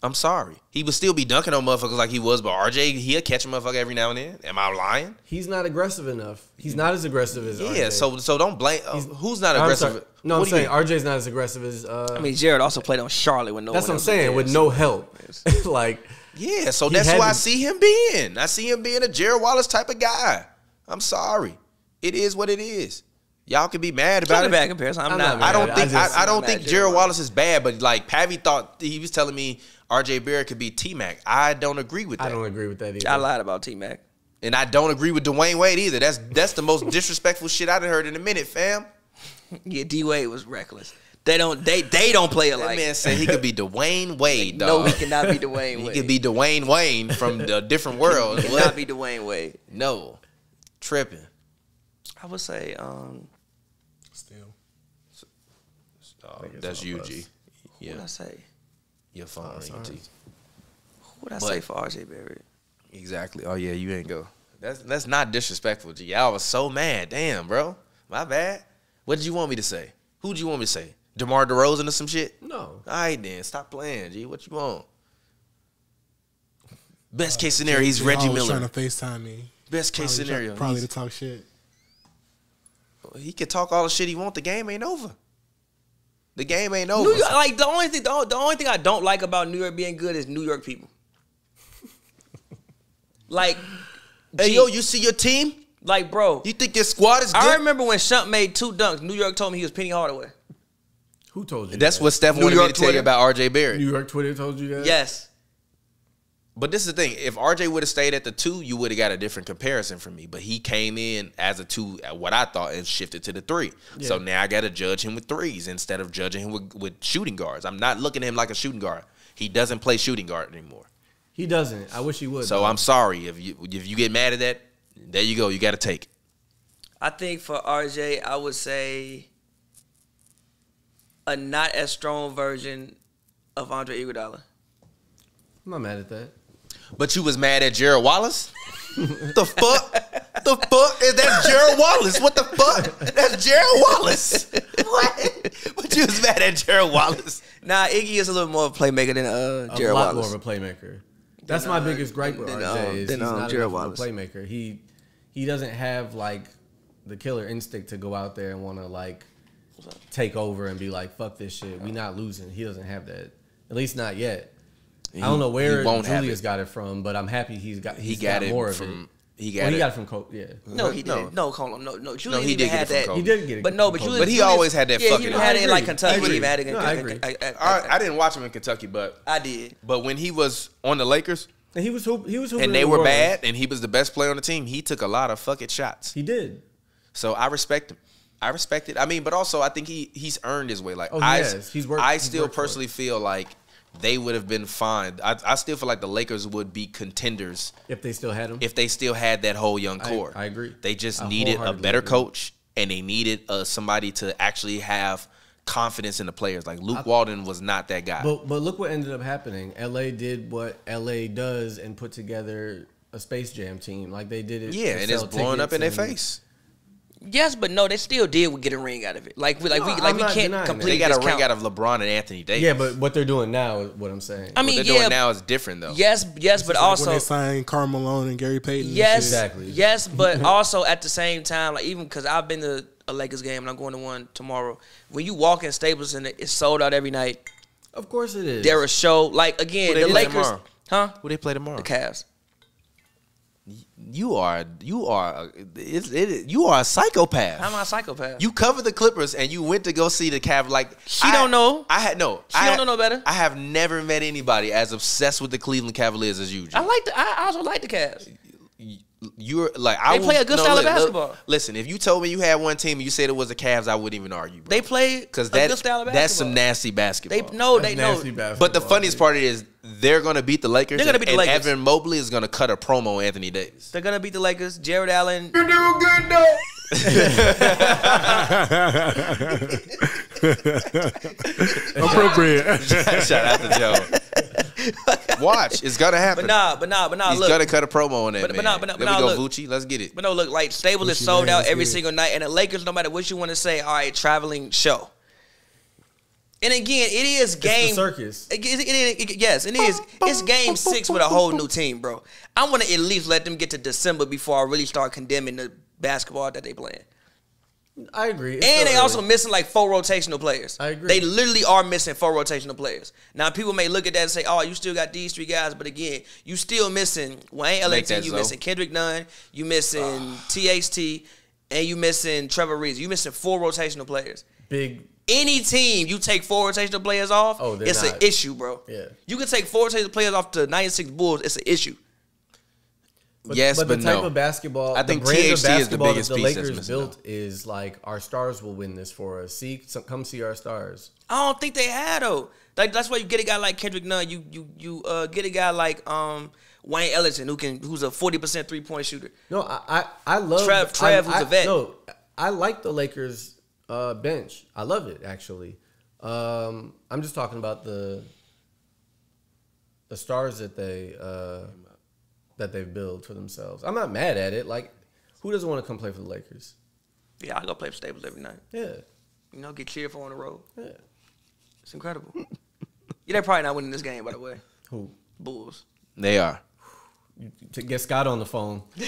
I'm sorry. He would still be dunking on motherfuckers like he was, but RJ, he'll catch a motherfucker every now and then. Am I lying? He's not aggressive enough. He's not as aggressive as Yeah, RJ. so so don't blame. uh, who's not I'm aggressive? sorry. No, What I'm do you saying mean? RJ's not as aggressive as. Uh, I mean, Jared also played on Charlotte with no. that's one what I'm else was there, saying. With so- no help, like Yeah, so He that's who had I to- see him being. I see him being a Gerald Wallace type of guy. I'm sorry. It is what it is. Y'all can be mad It's not about a it. bad comparison. I'm, I'm not. not I mad. don't I think I, just- I don't I'm think mad at Gerald Gerald Wallace is bad, but like Pavi thought he was telling me RJ Barrett could be T Mac. I don't agree with that. I don't agree with that either. I lied about T Mac. and I don't agree with Dwayne Wade either. That's that's the most disrespectful shit I've heard in a minute, fam. Yeah, D Wade was reckless. They don't. They they don't play it That like. man said he could be Dwayne Wade, No, dog. he cannot be Dwayne He Wade. could be Dwayne Wayne from a different world. He What? cannot be Dwayne Wade. no. Tripping. I would say. um Still. Oh, that's UG. all us. What would Yeah. I say? Your phone ringing, T. Who would I But- say for RJ Barrett? Exactly. Oh yeah, you ain't go. That's that's not disrespectful, G. Y'all was so mad. Damn, bro. My bad. What did you want me to say? Who'd you want me to say? DeMar DeRozan or some shit? no. All right then, stop playing, G. What you want? Best Uh, case scenario, he's They Reggie always Miller. trying to FaceTime me. Best case Probably try- scenario, Probably to he's- talk shit. he could talk all the shit he want. The game ain't over. The game ain't over. New York, like the only thing, the only, the only thing I don't like about New York being good is New York people. like, hey G, yo, you see your team? like, bro. You think your squad is good? I remember when Shump made two dunks. New York told me he was Penny Hardaway. Who told you? That's that? what Steph New wanted me York to tell you Twitter. about RJ Barrett. New York Twitter told you that. Yes, But this is the thing. If RJ would have stayed at the two, you would have got a different comparison from me. But he came in as a two at what I thought and shifted to the three. So now I got to judge him with threes instead of judging him with, with shooting guards. I'm not looking at him like a shooting guard. He doesn't play shooting guard anymore. He doesn't. I wish he would. So I'm sorry if you if you get mad at that. There you go. You got to take. it. I think for RJ, I would say a not as strong version of Andre Iguodala. I'm not mad at that. But you was mad at Gerald Wallace. the fuck. The fuck is that Gerald Wallace? What the fuck? That's Gerald Wallace. What? But you was mad at Gerald Wallace. Nah, Iggy is a little more of a playmaker than uh, A Jared lot Wallace. more of a playmaker. That's my biggest gripe with then, RJ um, is then, he's um, not Gerald enough Wallace. of a playmaker. He he doesn't have like the killer instinct to go out there and want to like take over and be like fuck this shit. We not losing. He doesn't have that. At least not yet. I don't know he where won't have Julius it. got it from, but I'm happy he's got he he's got, it more of from it. He got Well, he it. got it from Cole. Yeah. No, he No. didn't. No, Colum. No, no. Julian he even did get had it from that. Colum. He did get it But from no, but Colum. Julian. But he always had that Yeah, fucking- he even No, had I it in like agree. Kentucky. I He even agree. had it in No, I agree. I- I- I- I, I didn't watch him in Kentucky, but I did. but when he was on the Lakers And he was hoop, he was hooping and in they New were Orleans. bad and he was the best player on the team, he took a lot of fucking shots. He did. So I respect him. I respect it. I mean, but also I think he he's earned his way. Like Oh, he I, has. He's worked- I he's still worked for it. personally feel like they would have been fine. I, I still feel like the Lakers would be contenders If they still had him. if they still had that whole young core. I agree. They just I needed a wholeheartedly better agree. coach and they needed uh, somebody to actually have confidence in the players. Like Luke Walden was not that guy. But but look what ended up happening. LA did what LA does and put together a Space Jam team. Like they did it. yeah, to and it's sell blowing up in their tickets and- face. Yes, but no. They still did get a ring out of it. Like we, like No, we, like I'm we not can't denying that. They completely got a discount. ring out of LeBron and Anthony Davis. Yeah, but what they're doing now is what I'm saying. I what mean, they're yeah. doing now is different though. yes, yes, but It's like when also they signed Karl Malone and Gary Payton. and Yes, shit. Exactly. Yes, but also at the same time, like even because I've been to a Lakers game and I'm going to one tomorrow. When you walk in Staples Center, it's sold out every night. of course it is. There are show like again Who they the play Lakers, tomorrow? huh? Who they play tomorrow? The Cavs. You are you are it's, it, you are a psychopath. How am I a psychopath? you covered the Clippers and you went to go see the Cavs. Like She don't know. I had no. She I, don't know no better. I have never met anybody as obsessed with the Cleveland Cavaliers as you. G. I like the. I I also like the Cavs. You're like I They will- play a good style of look, look, basketball. listen, if you told me you had one team and you said it was the Cavs, I wouldn't even argue. They play because because that good style of basketball. that's some nasty basketball. They no, they That's no. nasty basketball, But the funniest dude. part is they're gonna beat the Lakers. They're gonna and- beat the Lakers. And Evan Mobley is gonna cut a promo on Anthony Davis. They're gonna beat the Lakers. Jared Allen. Appropriate. Shout out to Joe. Watch, it's gonna happen. But nah, but nah, but nah. He's look, gonna cut a promo on that. But- but man. nah, but nah, there but nah, we go, look. Vucci. Let's get it. But no, look, like Stable is Gucci sold Mane out is every good. single night, and the Lakers, no matter what you want to say, are a traveling show. And again, it is It's game the circus. It, it- it- it- yes, it is. It's game six with a whole new team, bro. I want to at least let them get to December before I really start condemning the basketball that they playing. I agree. It's And still they also early. missing like four rotational players. I agree. They literally are missing four rotational players. Now people may look at that and say, "Oh, you still got these three guys," but again, you still missing Wayne Make Ellington. that Ah. You Zoe. missing Kendrick Nunn. You missing THT, and you missing Trevor Reeves. You missing four rotational players. big. Any team you take four rotational players off, Oh, they're it's an not. issue, bro. Yeah. You can take four rotational players off the 96 Bulls, it's an issue. But, yes, but, but, the no. type of basketball, I the think brand THT of is the basketball biggest that the piece that's Lakers missing built is like our stars will win this for us. See, some, come see our stars. I don't think they had though. Like that's why you get a guy like Kendrick Nunn. You you you uh, get a guy like um Wayne Ellington who can who's a forty percent three point shooter. No, I I, I love Trav- Trav I, was I- a vet. No, I like the Lakers uh, bench. I love it actually. Um, I'm just talking about the the stars that they uh, that they've built for themselves. I'm not mad at it. Like, who doesn't want to come play for the Lakers? Yeah, I go play for Staples every night. Yeah, You know, get cheered for on the road. yeah. It's incredible. yeah, they're probably not winning this game by the way. Who? Bulls. they are. To get Scott on the phone. Get,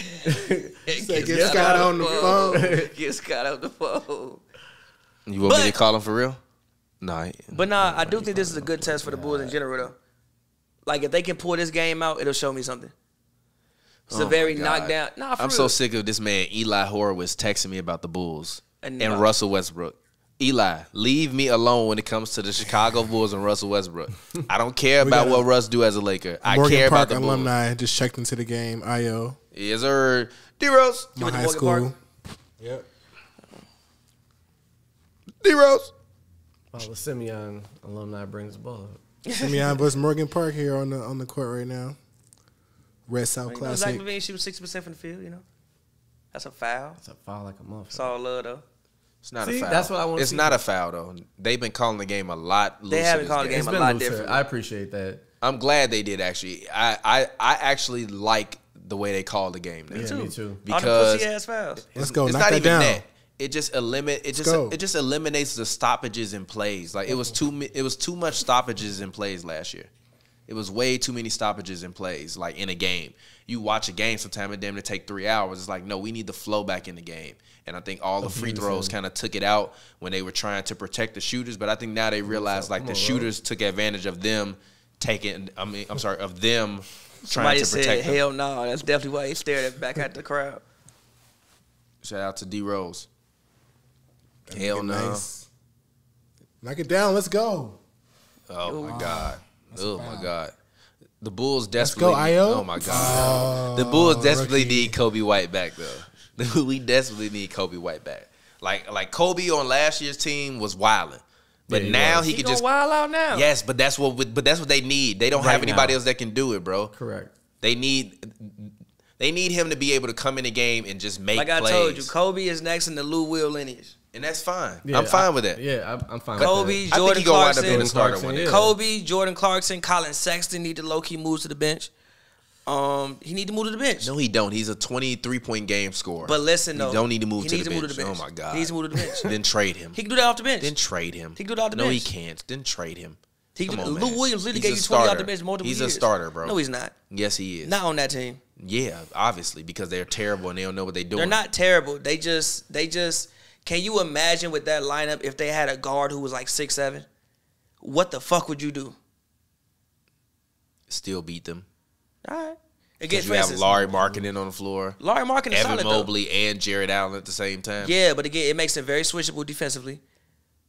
Scott on the Get Scott on the phone. You want me to But- call him for real? Nah. But nah, I do think this is a good test for the Bulls in general though. Like if they can pull this game out, it'll show me something. It's Oh a my very God. knockdown. Nah, for I'm real. so sick of this man Eli Horowitz texting me about the Bulls And and, no. Russell Westbrook. Eli, leave me alone when it comes to the Chicago Bulls and Russell Westbrook. I don't care about got what a- Russ do as a Laker. I Morgan care Park about the Bulls. alumni just checked into the game. Io, Is there D Rose? my went to high Morgan school. Park? Yep. D Rose. Oh, the Simeon alumni brings the ball up. Simeon versus Morgan Park here on the on the court right now. Red South Zach Classic. Levine shooting sixty percent from the field. You know, that's a foul. It's a foul like a motherfucker. It's all love though. It's not See, a foul. that's what I wanna It's see. not a foul though. They've been calling the game a lot. Looser haven't this called the game. game it's a been lot looser. different. I appreciate that. I'm glad they did actually. I I, I actually like the way they called the game. Now. Yeah, me all too. the Because pussy ass fouls. Let's go. it's Knock not that even down. that. It just eliminate. It just go. it just eliminates the stoppages in plays. Like it was too mi- it was too much stoppages in plays last year. It was way too many stoppages in plays. Like in a game, you watch a game sometime and damn to take three hours. It's like no, we need the flow back in the game. And I think all the free throws kind of took it out when they were trying to protect the shooters. But I think now they realize like the shooters took advantage of them taking. I mean, I'm sorry, of them trying Somebody to said, protect them. "Hell no!" That's definitely why he stared at- back at the crowd. Shout out to D Rose. Hell no. Nice. Knock it down. Let's go. Oh my god. That's a Oh my foul. god. The Bulls desperately. go, IO. Oh my god. the Bulls desperately rookie. need Kobe White back though. we desperately need Kobe White back. Like like Kobe on last year's team was wilding, but Yeah, he now was. he, He can going just wild out now. yes. But that's what we- but that's what they need. They don't have Right anybody now. else that can do it, bro. Correct. They need they need him to be able to come in the game and just make like I plays. told you, Kobe is next in the Lou Will lineage. and that's fine. Yeah, I'm fine I- with that. Yeah, I'm, I'm fine. Kobe, with I think Jordan he gonna wind up being a Clarkson, starter Clarkson, one day. yeah. Kobe, Jordan Clarkson, Colin Sexton need to low key move to the bench. Um, he need to move to the bench. No, he don't. He's a 23 point game scorer. But listen, He though, don't need to move he to, needs the to move bench. to the bench. Oh my god, He needs to move to the bench. then trade him. He can do that off the bench. then trade him. He can do it off the no, bench. he can't. Then trade him. He Come can- on, Lou man. Williams literally He's gave you a 20 off starter. the bench multiple He's years. a starter, bro. No, he's not. Yes, he is. Not on that team. Yeah, obviously because they're terrible and they don't know what they're doing. They're not terrible. They just they just can you imagine with that lineup if they had a guard who was like six seven? What the fuck would you do? Still beat them. All right. Against Because you for have instance, Larry marketing on the floor, Larry Markin is Evan solid Mobley, and Jared Allen at the same time. though. Yeah, but again, it makes him very switchable defensively.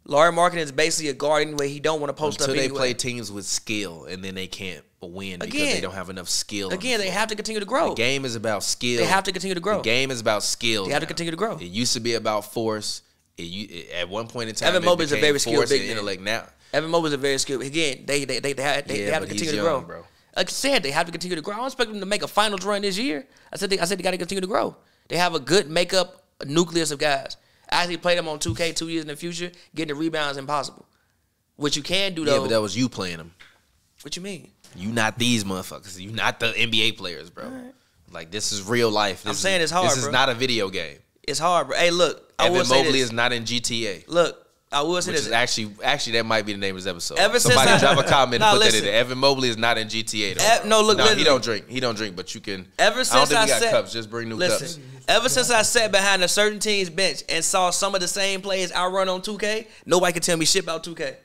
Larry Markin is basically a guard anyway. He don't want to post Until up they anyway. play teams with skill, and then they can't win because they Again. don't have enough skill. on the again, they floor. have to continue to grow. The game is about skill. They have to continue to grow. The game is about skill. They have to now. continue to grow. It used to be about force. It, u- it- at one point in time, Evan it Mobley's a became very skilled force big and man. intellect. Now, Evan Mobley's a very skilled. Again, they they they they, have- they, Yeah, they have to but he's continue to young, grow. bro. Like I said, they have to continue to grow. I don't expect them to make a finals run this year. I said they, I said they got to continue to grow. They have a good makeup nucleus of guys. I actually played them on 2K two years in the future. Getting the rebounds impossible. What you can do yeah, though? but that was you playing them. what you mean? You not these motherfuckers. You not the NBA players, bro. Like this is real life. This I'm is- saying it's hard, This is bro. not a video game. It's hard, bro. Hey, look, I will Evan say Mobley this. is not in GTA, look, I will say which this. is actually actually that might be the name of this episode. Ever since Somebody I- drop a comment Nah, and put listen. that in there. Evan Mobley is not in GTA. Though, Ev- bro. no, look, no, he literally. don't drink. He don't drink, but you can. Ever I don't since think I we got said- cups. Just bring new cups. Listen, ever since I sat behind a certain team's bench and saw some of the same plays I run on 2K, nobody can tell me shit about 2K.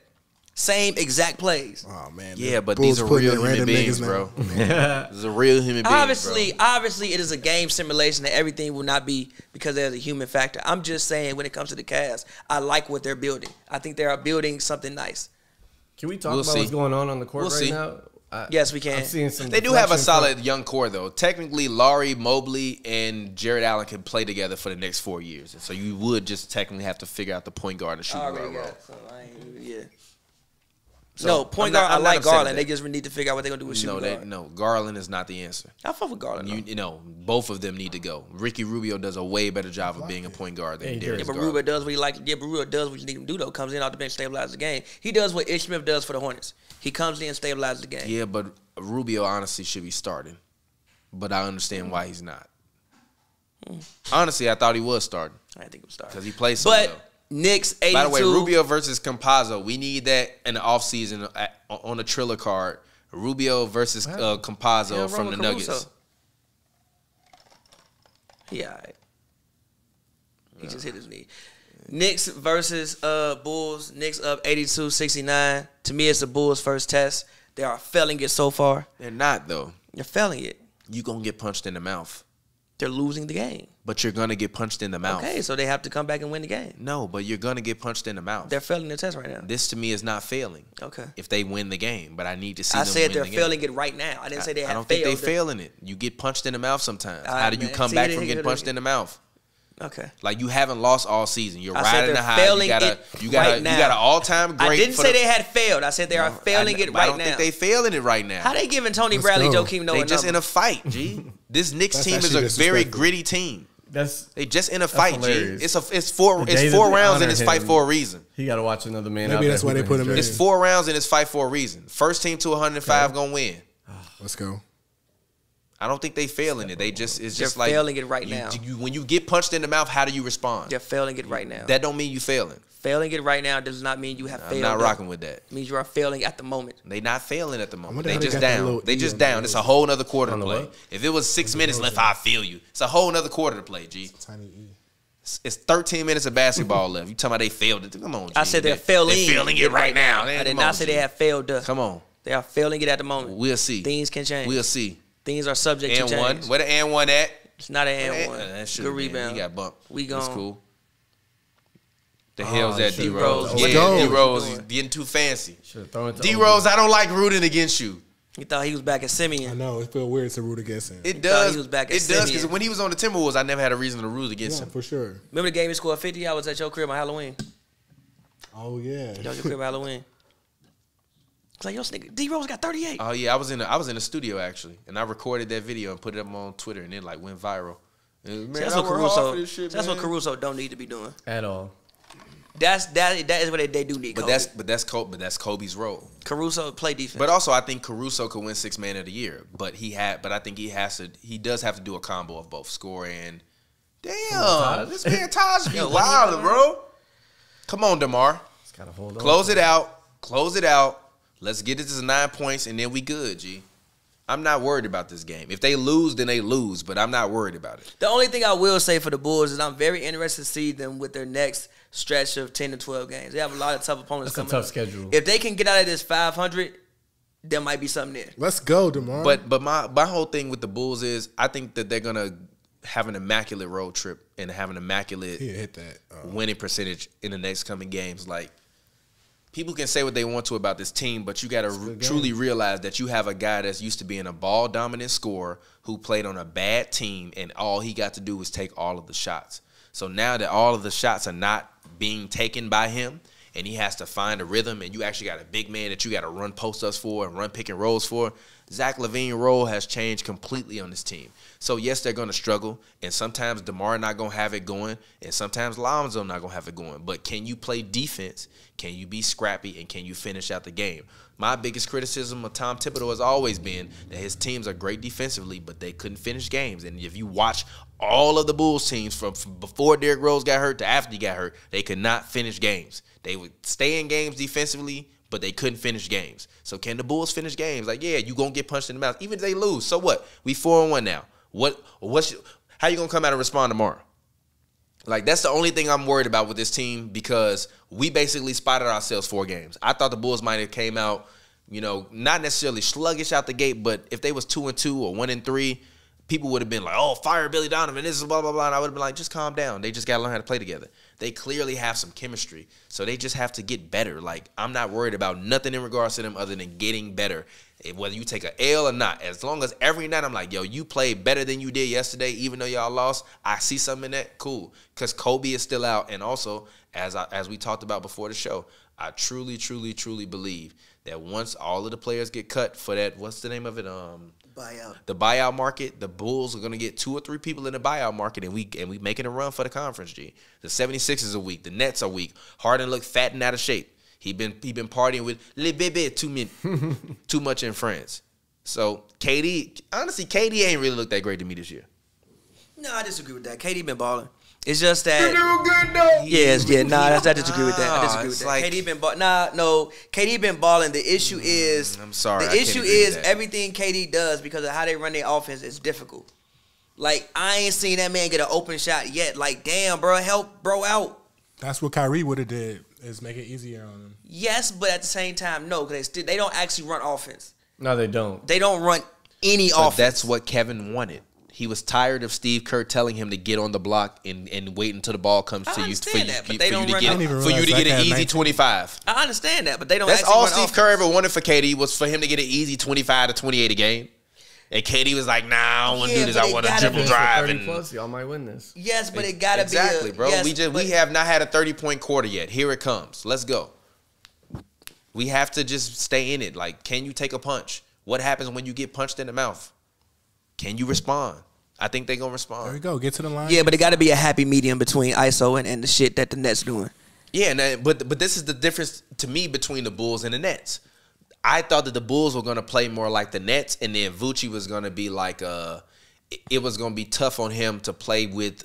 Same exact plays. Oh man. Yeah, the but Bulls these are putting real in human random beings, niggas now. bro. These are real human beings. obviously, bro. obviously, it is a game simulation and everything will not be because there's a human factor. I'm just saying, when it comes to the Cavs, I like what they're building. I think they are building something nice. Can we talk We'll about see. what's going on on the court We'll right see. now? I, Yes, we can. I'm seeing some. they do have a deflections from- solid young core though. Technically, Laurie Mobley and Jared Allen can play together for the next four years, so you would just technically have to figure out the point guard and I shooting already guard role. got some. I ain't- yeah. So, no, point I'm not- guard. I I'm not like upset with Garland. that. They just need to figure out what they're gonna do with shooting No, guard. they, no, Garland is not the answer. I fuck with Garland. You, though. you know, both of them need to go. Ricky Rubio does a way better job of being a point guard than he does. Darius Yeah, but Garland. Rubio does what he like. Yeah, but Rubio does what you need him to do though. Comes in off the bench, stabilizes the game. He does what Ish Smith does for the Hornets. He comes in, stabilizes the game. Yeah, but Rubio honestly should be starting, but I understand why he's not. Honestly, I thought he was starting I didn't think it was because starting. he plays. so well. But Knicks eighty-two. By the way, Rubio versus Compazzo. We need that in the offseason uh, on the Triller card. Rubio versus uh, Compazzo Yeah, from the Roman Nuggets. Caruso. Yeah, all right. he just hit his knee. Knicks versus uh, Bulls. Knicks up 82-69. To me, it's the Bulls' first test. They are failing it so far. They're not, though. They're failing it. you going to get punched in the mouth, They're losing the game. but you're going to get punched in the mouth. Okay, so they have to come back and win the game. No, but you're going to get punched in the mouth. They're failing the test right now. this to me is not failing Okay. if they win the game, but I need to see I them said win they're the failing game. it right now. I didn't say they I had don't failed. think they failing it. You get punched in the mouth sometimes. All How right, do you man. come See, back they from hit getting it punched in the mouth? Okay. Like you haven't lost all season. You're I said riding they're the high. You failing got a it you got right a, you now. got an all time great. I didn't for say the- they had failed. I said they are failing I, it but right I don't now. think they failing it right now. How they giving Tony Let's Bradley, go. Joakim they Noah just in number? a fight, G. this Knicks That's team is actually a very disrespectful. gritty team. That's They just in a fight, hilarious. G. It's a it's four The day it's that four they rounds in honor this fight him. for a reason. he got to watch another man. Maybe out there that's why they hooping put his him in. It's dress. four rounds in this fight for a reason. First team to 105 gonna win. Let's go. I don't think they failing it. They just it's They're just like failing it right you- now. you- when you get punched in the mouth, how do you respond? They're failing it right now. That don't mean you failing. failing it right now does not mean you have failed. I'm not though. rocking with that. It means you are failing at the moment. They not failing at the moment. wonder They how they just got that down. little They E just on the down. It's a whole nother quarter On to the play. what? If it was six minutes left, I feel you. It's a whole nother quarter to play, G. Tiny E. It's- It's 13 minutes of basketball left. You talking about they failed it? Come on, G. I said they're They- failing. They're failing it right now. Man, I did come not on, say G. they have failed. Us. Come on, They are failing it at the moment. we'll see. Things can change. We'll see. Things are subject And to one. change. Where the and one at? It's not an Eh, and one. That should Good rebound. He got bumped. We That's gone. cool. The hell's it that D should've Rose? gone. Yeah, Let's go. D Rose, he's getting too fancy. Should throw it to D Obi. Rose, I don't like rooting against you. He thought he was back at I Simeon. know it feel weird to root against him. It thought he does. was back at it does because Simeon. when he was on the Timberwolves, I never had a reason to root against yeah, him. for sure. Remember the game he scored 50? I was at your crib on Halloween. Oh yeah. Y'all at your crib on Halloween. It's like, yo, this nigga, D Rose got 38. Oh yeah, I was in the, I was in the studio actually, and I recorded that video and put it up on Twitter, and it like went viral. And, man, See, that's I what worked hard Caruso. for this shit, that's what man. Caruso don't need to be doing. at all. That's that. That is what they, they do need. But that's but that's Col- but that's Kobe's role. Caruso play defense. But also, I think Caruso could win six man of the year. But he had, but I think he has to. He does have to do a combo of both score and. Damn, Taj. this man Taj be Yo, what wild, bro. Come on, Demar, Just gotta hold on. close it out. Close it out. Let's get it to nine points, and then we good. G. I'm not worried about this game. If they lose, then they lose. But I'm not worried about it. the only thing I will say for the Bulls is I'm very interested to see them with their next stretch of 10 to 12 games. They have a lot of tough opponents. That's a coming tough up. schedule. If they can get out of this 500, there might be something there. Let's go, Demar. But but my my whole thing with the Bulls is I think that they're gonna have an immaculate road trip and have an immaculate he hit that. Uh, Um, winning percentage in the next coming games. Like people can say what they want to about this team, but you got to truly realize that you have a guy that's used to being a ball dominant scorer who played on a bad team, and all he got to do was take all of the shots. So now that all of the shots are not being taken by him. And he has to find a rhythm, and you actually got a big man that you got to run post ups for and run pick and rolls for. Zach Levine role has changed completely on this team. So yes, they're gonna struggle, and sometimes Demar not gonna have it going, and sometimes Lonzo not gonna have it going. But can you play defense? Can you be scrappy? And can you finish out the game? My biggest criticism of Tom Thibodeau has always been that his teams are great defensively, but they couldn't finish games. And if you watch all of the Bulls teams from, from before Derrick Rose got hurt to after he got hurt, they could not finish games. They would stay in games defensively, but they couldn't finish games. So can the Bulls finish games? Like, yeah, you gonna get punched in the mouth. Even if they lose, so what? We four and one now. What? What's? your- How you gonna come out and respond tomorrow? Like that's the only thing I'm worried about with this team because we basically spotted ourselves four games. I thought the Bulls might have came out, you know, not necessarily sluggish out the gate, but if they was two and two or one and three, people would have been like, "Oh, fire Billy Donovan!" This is blah blah blah. And I would have been like, "Just calm down. They just got to learn how to play together. They clearly have some chemistry, so they just have to get better." Like I'm not worried about nothing in regards to them other than getting better. And eh, Whether you take a L or not, as long as every night I'm like, yo, you played better than you did yesterday, even though y'all lost. I see something in that, cool. Cause Kobe is still out, and also as I, as we talked about before the show, I truly, truly, truly believe that once all of the players get cut for that, what's the name of it? Um, Buyout. the buyout market, the Bulls are going to get two or three people in the buyout market, and we and we making a run for the conference. G. The 76ers are weak. The Nets are weak. Harden looked fat and out of shape. He been he been partying with little baby too many, too much in France. So KD, honestly, KD ain't really looked that great to me this year. No, I disagree with that. KD been balling. It's just that. Yes, yeah, nah, that's, I disagree with that. I Nah, disagree with it's that. like- Mm, KD been ball, nah, no, KD been balling. The issue is, I'm sorry, I The can't issue agree with is that. everything KD does because of how they run their offense is difficult. Like I ain't seen that man get an open shot yet. Like damn, bro, help, bro, out. that's what Kyrie would have did is make it easier on him. Yes, but at the same time, no, because they still they don't actually run offense. No, they don't. They don't run any But offense. that's what Kevin wanted. He was tired of Steve Kerr telling him to get on the block and, and wait until the ball comes I to you for you, understand that, but for they you don't to run- I get didn't even for you realize to get Zach an had easy 19. 25. I understand that, but they don't. That's actually all run Steve offense. Kerr ever wanted for KD was for him to get an easy 25 to 28 a game. And KD was like, nah, I don't want to Yeah, do this. but I it want to gotta dribble be- drive. Thirty And plus, y'all might win this. Yes, but it gotta exactly, be a, bro. yes, we just but- we have not had a 30 point quarter yet. Here it comes. Let's go. We have to just stay in it. Like, can you take a punch? What happens when you get punched in the mouth? Can you respond? I think they're gonna There we respond. go. Get to the line. Yeah, but it got to be a happy medium between ISO and, and the shit that the Nets doing. Yeah, and that- but but this is the difference to me between the Bulls and the Nets. I thought that the Bulls were gonna play more like the Nets, and then Vucci was gonna be like uh it- it was gonna be tough on him to play with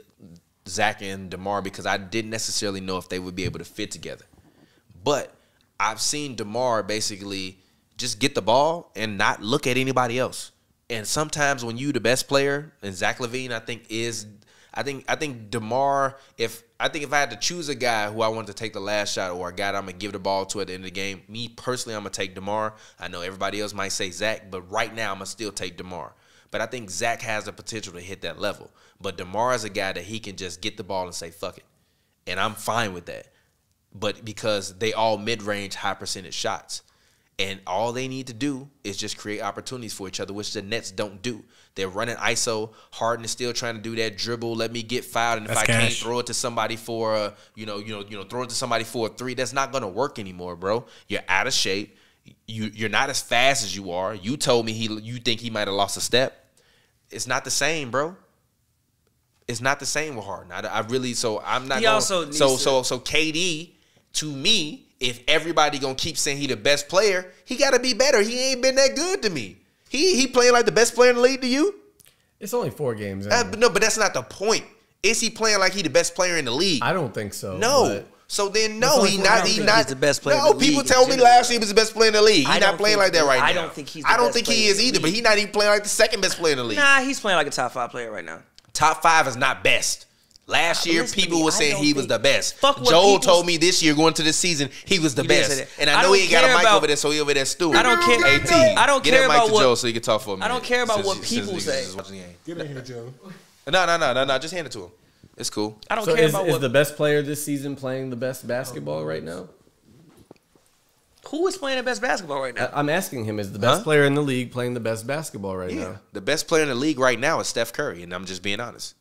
Zach and Demar because I didn't necessarily know if they would be able to fit together. But I've seen DeMar basically just get the ball and not look at anybody else. And sometimes when you the best player, and Zach Levine, I think is, I think I think DeMar. If I think if I had to choose a guy who I wanted to take the last shot or a guy that I'm gonna give the ball to at the end of the game, me personally, I'm gonna take DeMar. I know everybody else might say Zach, but right now I'm gonna still take DeMar. But I think Zach has the potential to hit that level. But Demar is a guy that he can just get the ball and say fuck it, and I'm fine with that. But because they all mid-range, high percentage shots, and all they need to do is just create opportunities for each other, which the Nets don't do. They're running ISO. Harden is still trying to do that dribble. Let me get fouled, and if That's I can't cash. throw throw it to somebody for a, you know, you know, you know, throw it to somebody for a three. That's not gonna work anymore, bro. You're out of shape. You you're not as fast as you are. You told me he you think he might have lost a step. It's not the same, bro. It's not the same with Harden. I, I really so I'm not. He gonna- also needs so to- so so KD to me. If everybody gonna keep saying he the best player, he gotta be better. He ain't been that good to me. He he playing like the best player in the league to you? It's only four games. Uh, anyway. but no, but that's not the point. Is he playing like he the best player in the league? I don't think so. No. but- So then, That's no, only he for not. him. He He's not the best player in No, the league people in tell me general. last year he was the best player in the league. I He's don't not playing like think- that right now. I don't think he's the I don't best think he player in is the either. But league. he not even playing like the second best player in the league. Nah, he's playing like a top five player right now. Top five is not best. Last Nah, year, listen to people me. were I saying don't he was think- the best. Fuck what Joel people- told me this year going to the season he was the He did say best, that. and I I know don't he ain't got a care mic about- over there, so he over there stewing. I don't care- At I don't get care that mic about to what- Joel so he can talk for a minute. don't care about since- what since people niggas say. is watching the game. Get in here, Joe. No, no, no, no, no. Just hand it to him. It's cool. I don't So care is, about is what the best player this season playing the best basketball right now? Oh. who is playing the best basketball right now. I- I'm asking him: Is the best Huh? player in the league playing the best basketball right Yeah. now? The best player in the league right now is Steph Curry, and I'm just being honest.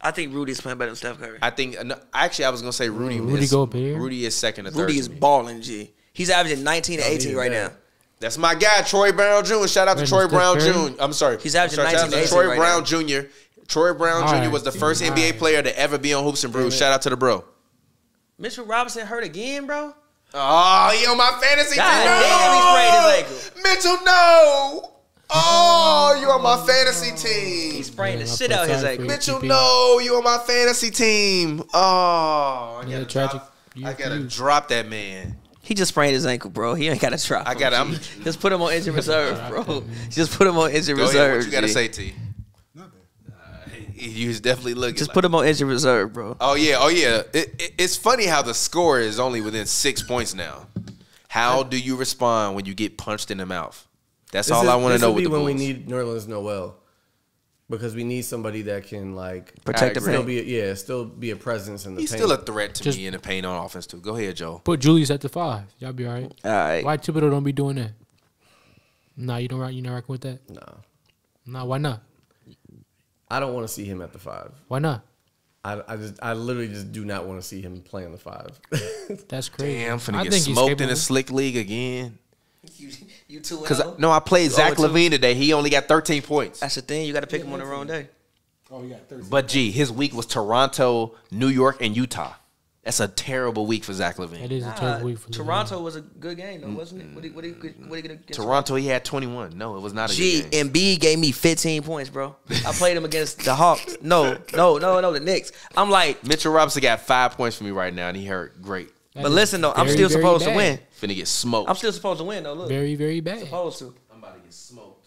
I think Rudy's playing better than Steph Curry. I think no, actually I was gonna say Rudy. Rudy is, Gobert? Rudy is second or third. Rudy to is me. balling, G. He's averaging 19 to he 18 is right bad. now. That's my guy, Troy Brown Jr. Shout out to Wait, Troy Mr. Brown Curry? Jr. I'm sorry. He's averaging I'm sorry, shout out to 19 Troy right Brown now. Jr. Troy Brown All Jr. right, was the dude, first all NBA right. player to ever be on Hoops and Brews. Shout out to the bro. Mitchell Robinson hurt again, bro. Oh, he on my fantasy God damn, team. he no! Mitchell, no. Oh, you on my fantasy team. He's spraying Man, the I shit feel out his sorry for ankle. you. Mitchell, TP. no, you on my fantasy team. Oh, I Yeah, gotta, tragic drop, year I for gotta you. drop that man. He just sprained his ankle, bro. He ain't got to try. I got. I'm. Just put him on injury reserve, bro. Just put him on injury Go reserve. ahead. What you gotta G. say, T? Nothing. You was definitely looking. Just like- put him on injury reserve, bro. Oh yeah, oh yeah. It, it, it's funny how the score is only within six points now. How do you respond when you get punched in the mouth? That's This all is- I want this to know would with the be when we Bulls. need Nerlens Noel because we need somebody that can like Protect the agree. still paint. be a, yeah still be a presence in the He's paint. still a threat to Just- me in the paint on offense too. Go ahead, Joe. Put Julius at the five. Y'all be all right. All right. Why Thibodeau don't be doing that? Nah, you don't. rock- You not rocking with that. no, Nah, why not? I don't want to see him at the five. Why not? I, I just I literally just do not want to see him playing the five. That's crazy. Damn, I'm finna I get think he's smoked in capable. the slick league again. You, you two Cause I- no, I played Zach two. Levine today. He only got 13 points. That's the thing. You got to pick him on the wrong day. Oh, you got thirty. But gee, his week was Toronto, New York, and Utah. That's a terrible week for Zach That Levine. is a terrible week for Toronto was a good game, though, wasn't it? What are you going to get? Toronto, he had 21. No, it was not a G good game. Embiid gave me 15 points, bro. I played him against the Hawks. No, no, no, no, the Knicks. I'm like, Mitchell Robinson got five points for me right now, and he hurt great. That but is listen though, I'm very, still very supposed to bad. win. Finna get smoked. I'm still supposed to win though. Look, Very, very bad. supposed to. I'm about to get smoked.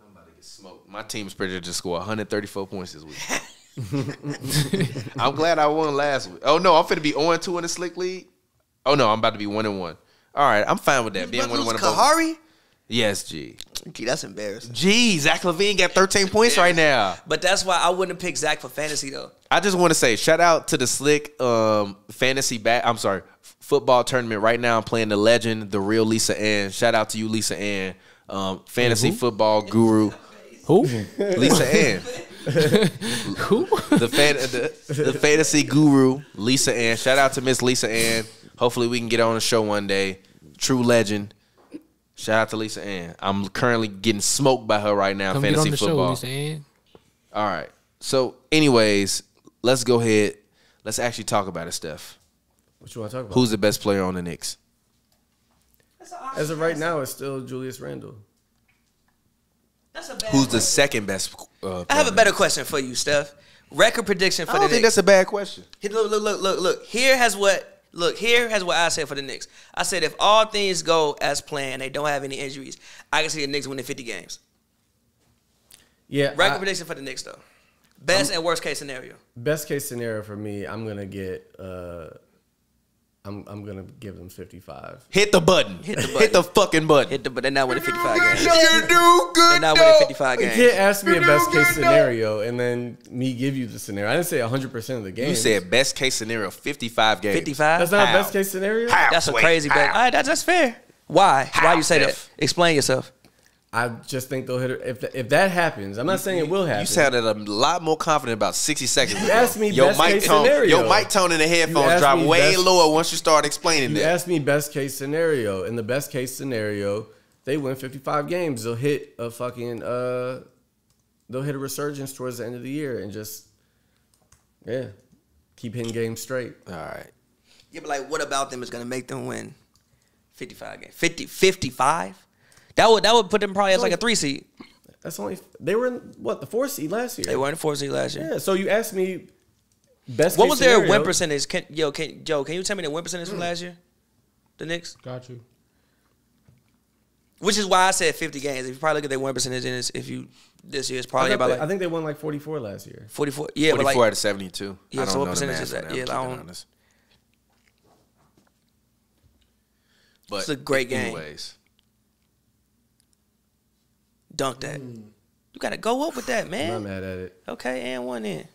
I'm about to get smoked. My team's predicted to score 134 points this week. I'm glad I won last week. Oh no, I'm finna be 0 2 in the slick league. Oh no, I'm about to be 1 and 1. All right, I'm fine with that. Being 1 and 1 in both. Kahari? Yes, G. Gee, that's embarrassing. G, Zach Levine got 13 points right now. But that's why I wouldn't pick Zach for fantasy though. I just want to say shout out to the slick um, fantasy bat. I'm sorry, f- football tournament right now. I'm playing the legend, the real Lisa Ann. Shout out to you, Lisa Ann, um, Mm-hmm. fantasy football guru, Who? Lisa Ann, Who? the, fan, the the fantasy guru, Lisa Ann. Shout out to Miss Lisa Ann. Hopefully we can get on the show one day. True legend. Shout out to Lisa Ann. I'm currently getting smoked by her right now. in Come fantasy get on the football. show, Lisa Ann. All right. So, anyways, let's go ahead. Let's actually talk about it, Steph. what you want to talk about? Who's the best player on the Knicks? As of right now, it's still Julius Randle. That's a bad. Who's the second best? Uh, I have a better question for you, Steph. Record prediction for I don't the think Knicks. that's a bad question. Here- Look, look, look, look, look. Here has what. Look, here has what I said for the Knicks. I said if all things go as planned, they don't have any injuries. I can see the Knicks winning 50 games. Yeah, Record I- prediction for the Knicks though. Best and worst case scenario. best case scenario for me, I'm gonna get. Uh, I'm I'm gonna give them 55. Hit the button. Hit the the, button. fucking button. Hit the, but they're not winning 55 games. you do They're good. not winning 55 You games. can't ask me a best case scenario and then me give you the scenario. I didn't say 100 percent of the game. You said best case scenario, fifty-five games. 55? that's not How? a best case scenario. How? That's a Wait, crazy bet. how? All right, that's, that's fair. Why? Why you say that? Jeff? Explain yourself. I just think they'll hit it. If, if that happens, I'm not saying it will happen. You sounded a lot more confident about sixty seconds. ago. asked me best mic case tone, scenario. Your mic tone in the headphones asked drop me way best- lower once you start explaining You that. asked me best case scenario. In the best case scenario, they win 55 games. They'll hit a fucking uh they'll hit a resurgence towards the end of the year and just yeah, keep hitting games straight. All right. Yeah, but like, what about them is going to make them win 55 games? 50, 55? That would, that would put them probably as like a three seed. That's only they were in what the four seed last year. They were in four seed last year. Yeah, so you asked me best What case was their win scenario. percentage? Can, yo, can yo, can you tell me the win percentage Hmm. from last year? The Knicks, Got you. which is why I said fifty games. If you probably look at their win percentage, and it's- if you this year it's I, probably thought about they- like I think they won like 44 last year. forty four. Yeah, but Forty-four like out of seventy-two. Yeah, I don't so what know the percentage math is that? on I'm Yeah, I keeping don't- honest. But It's a great game. Anyways, dunk that. Hmm. You gotta go up with that, I'm man. not mad at it. Okay, and one in.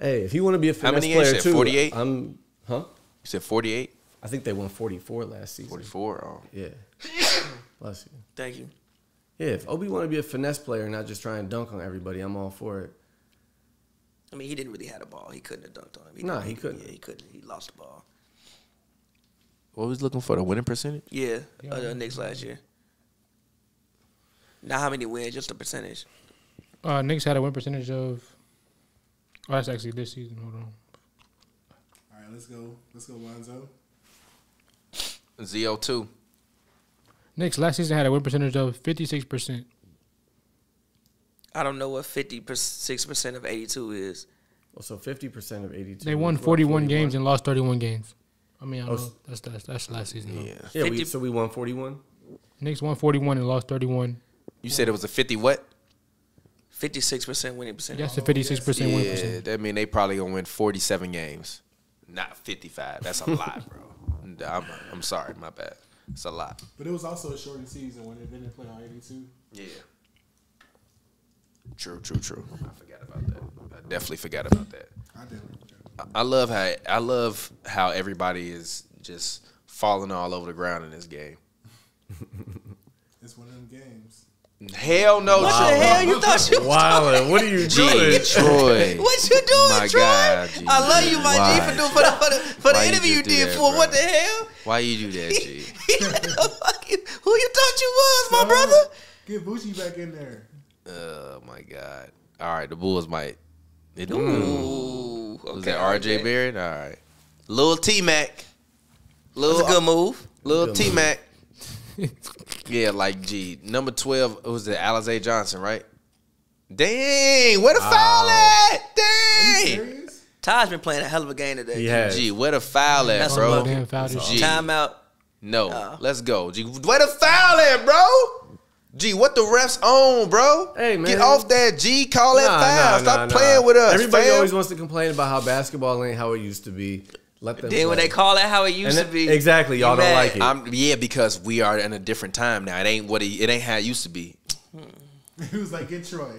Hey, if you want to be a finesse many games player you said? too, 48? I'm huh? you said 48? I think they won 44 last season. 44? Oh. Yeah. Bless you. Thank you. Yeah, if Obi want to be a finesse player and not just try and dunk on everybody, I'm all for it. I mean, he didn't really have the ball. He couldn't have dunked on him. Nah, he couldn't. Yeah, he couldn't. He lost the ball. What was looking for? The winning percentage? Yeah, uh, the Knicks last year. Not how many wins, just the percentage. Uh, Knicks had a win percentage of. Oh, that's actually this season. Hold on. All right, let's go. Let's go, Lonzo. ZO2. Knicks last season had a win percentage of fifty six percent. I don't know what fifty six percent of eighty two is. Well, so 50% of 82. They won Well, forty one games and lost thirty one games. I mean, Oh, I know s- that's that's that's last season. though. Yeah, we, 50 so we won 41? Knicks won forty one and lost thirty one. You said it was a 50 what? Fifty six percent winning percentage. That's a fifty six percent win percentage. Yeah, that mean they probably going to win 47 games. Not 55. That's a lot, bro. I'm, I'm sorry. My bad. It's a lot. But it was also a shortened season when they didn't play on 82. Yeah. True, true, true. I forgot about that. I definitely forgot about that. I didn't. I- I love how I love how everybody is just falling all over the ground in this game. It's one of them games. Hell no, What the hell you thought you Wow, what are you Troy. G, Troy. What you doing, My Troy? God, G. I love you, my Why? G, for doing for the for the, for Why the you interview you just do did that, for bro? what the hell? Why you do that, G? Who you thought you was, my brother? Get Bucci back in there. oh my God. All right, the Bulls might. They do. Ooh, okay, Hmm. Was that I like RJ Barrett? All right. Lil T Mac. That's a good move. Lil T Mac. yeah, like G. Number 12 it was the Alize Johnson, right? Dang, where the foul at? Dang. Serious? Taj been playing a hell of a game today. He has. G, where the foul at, That's bro? what Damn foul this shit. G. Timeout. No. Uh. Let's go. G, where the foul at, bro? G, what the refs on, bro? Hey, man. Get off that, G. Call that Nah, foul. nah, Stop nah, playing nah. with us. Everybody fam. always wants to complain about how basketball ain't how it used to be. Let them Then when play. they call it how it And used it- to be, Exactly, y'all you don't mad. like it. I'm, yeah, because we are in a different time now. It ain't what it, it ain't how it used to be. He was like, get Troy.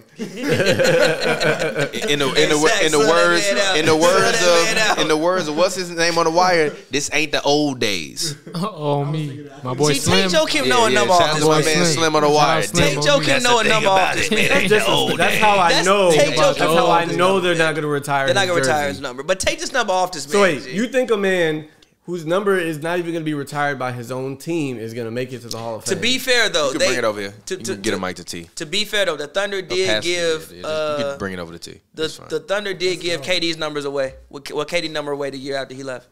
in the in the, Exact. in the Uh, Slow that words man down. in the Slow words that man of down. in the words of what's his name on the wire. This ain't the old days. Oh me, my boy See, take Slim. Joe Kim no a yeah, number off shout this out boy my man. man Slim. Slim on the Shout out wire. Slim Take on Joe the- Kim no a number off this man. Ain't the old that's days. how I That's- know. take That's Joe how I Kim's know they're not going to retire. They're not gonna his retire jersey. his number, but take this number off this man. So wait, G. you think a man whose number is not even going to be retired by his own team is going to make it to the Hall of to Fame? be fair though, You can they bring it over here. To, you to, can get to, a mic to T. to be fair though, the Thunder Or did pass it. give Yeah, just- you uh, can bring it over to T. the It's fine. the Thunder did give KD's numbers away. What well, KD number away the year after he left?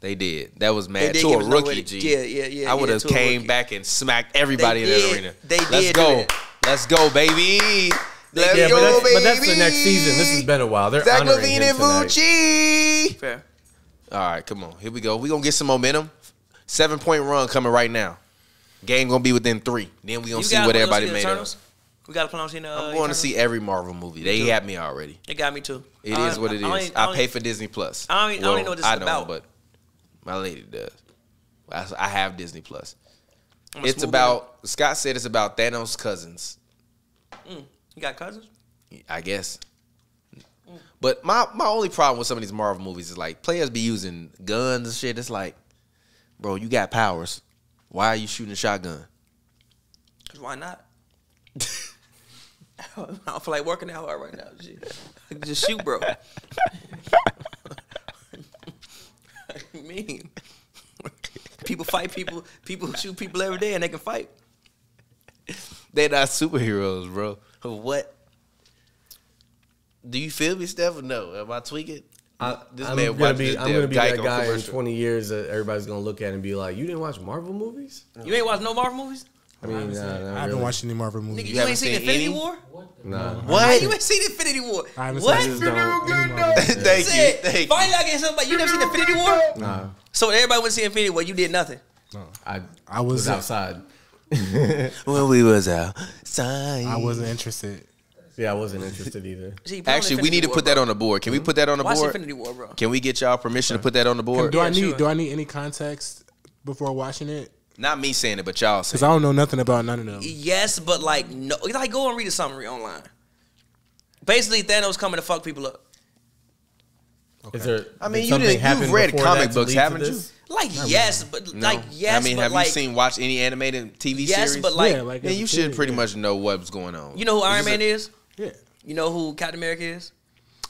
they did. That was They mad did to give a us no way rookie. to- G. yeah, yeah, yeah, I would yeah, have to a came rookie. back and smacked everybody They in that did. arena. They Let's did do go. that. Let's go, baby. Let's did. yeah, go, but baby. that's, but that's the next season. This has been a while. They're Zach honoring Levine him and tonight. Vucci. Fair. All right, come on. Here we go. we going to get some momentum. Seven point run coming right now. Game going to be within three. Then we going to see guys what wanna go everybody see the made up. Eternals? We got to plan on seeing. Uh, I'm going to Eternals? see every Marvel movie. They too. had me already. It got me too. It is I- what it I, is. I, only- pay for Disney Plus. I don't even- I don't even know what this is don't, about. But My lady does. I, I have Disney Plus. I'm a It's smooth about Scott said it's about Thanos' cousins. guy. mm, You got cousins? I guess. Mm. But my my only problem with some of these Marvel movies is like players be using guns and shit. It's like, bro, you got powers. Why are you shooting a shotgun? 'Cause why not? I don't feel like working out hard right now. Shit. Just shoot, bro. I mean, people fight people. People shoot people every day, and they can fight. They're not superheroes, bro. What? Do you feel me, Steph? or No, am I tweaking? I, This I'm man gonna watched be, this I'm damn gonna be that Geico guy in commercial. 20 years that everybody's gonna look at and be like, "You didn't watch Marvel movies?" You ain't watched no Marvel movies, I mean, Honestly, nah, I not haven't really. watched any Marvel nigga. You, movies. ain't haven't seen seen Infinity any? War. Nah, Why What? you ain't seen Infinity War? I haven't What? seen just don't. thank Said, you, thank you. Finally, I get somebody. You never seen Infinity War? Nah, So everybody went to see Infinity War. You did nothing. I I I was- was, outside. When we was outside. I wasn't interested. Yeah, I wasn't interested either. Gee, put on Actually, we Infinity need to War, put bro. that on the board. Mm-hmm. Can we put that on the Watch board? Infinity War, bro. Can we get y'all permission to put that on the board? Do I need sure. do I need any context before watching it? Not me saying it, but y'all saying. Because I don't know nothing about none of them. Yes, but like no, like go and read a summary online. Basically, Thanos coming to fuck people up. Is there? I mean, did you something didn't- happen you've read before comic that to books, lead to haven't you? this? Like yes, but like yes, I mean, but have like you seen watch any animated TV yes, series? but like yeah, like Then as a you should kid, pretty yeah. much know what's going on. you know who Iron This Man is is. Yeah, You know who Captain America is.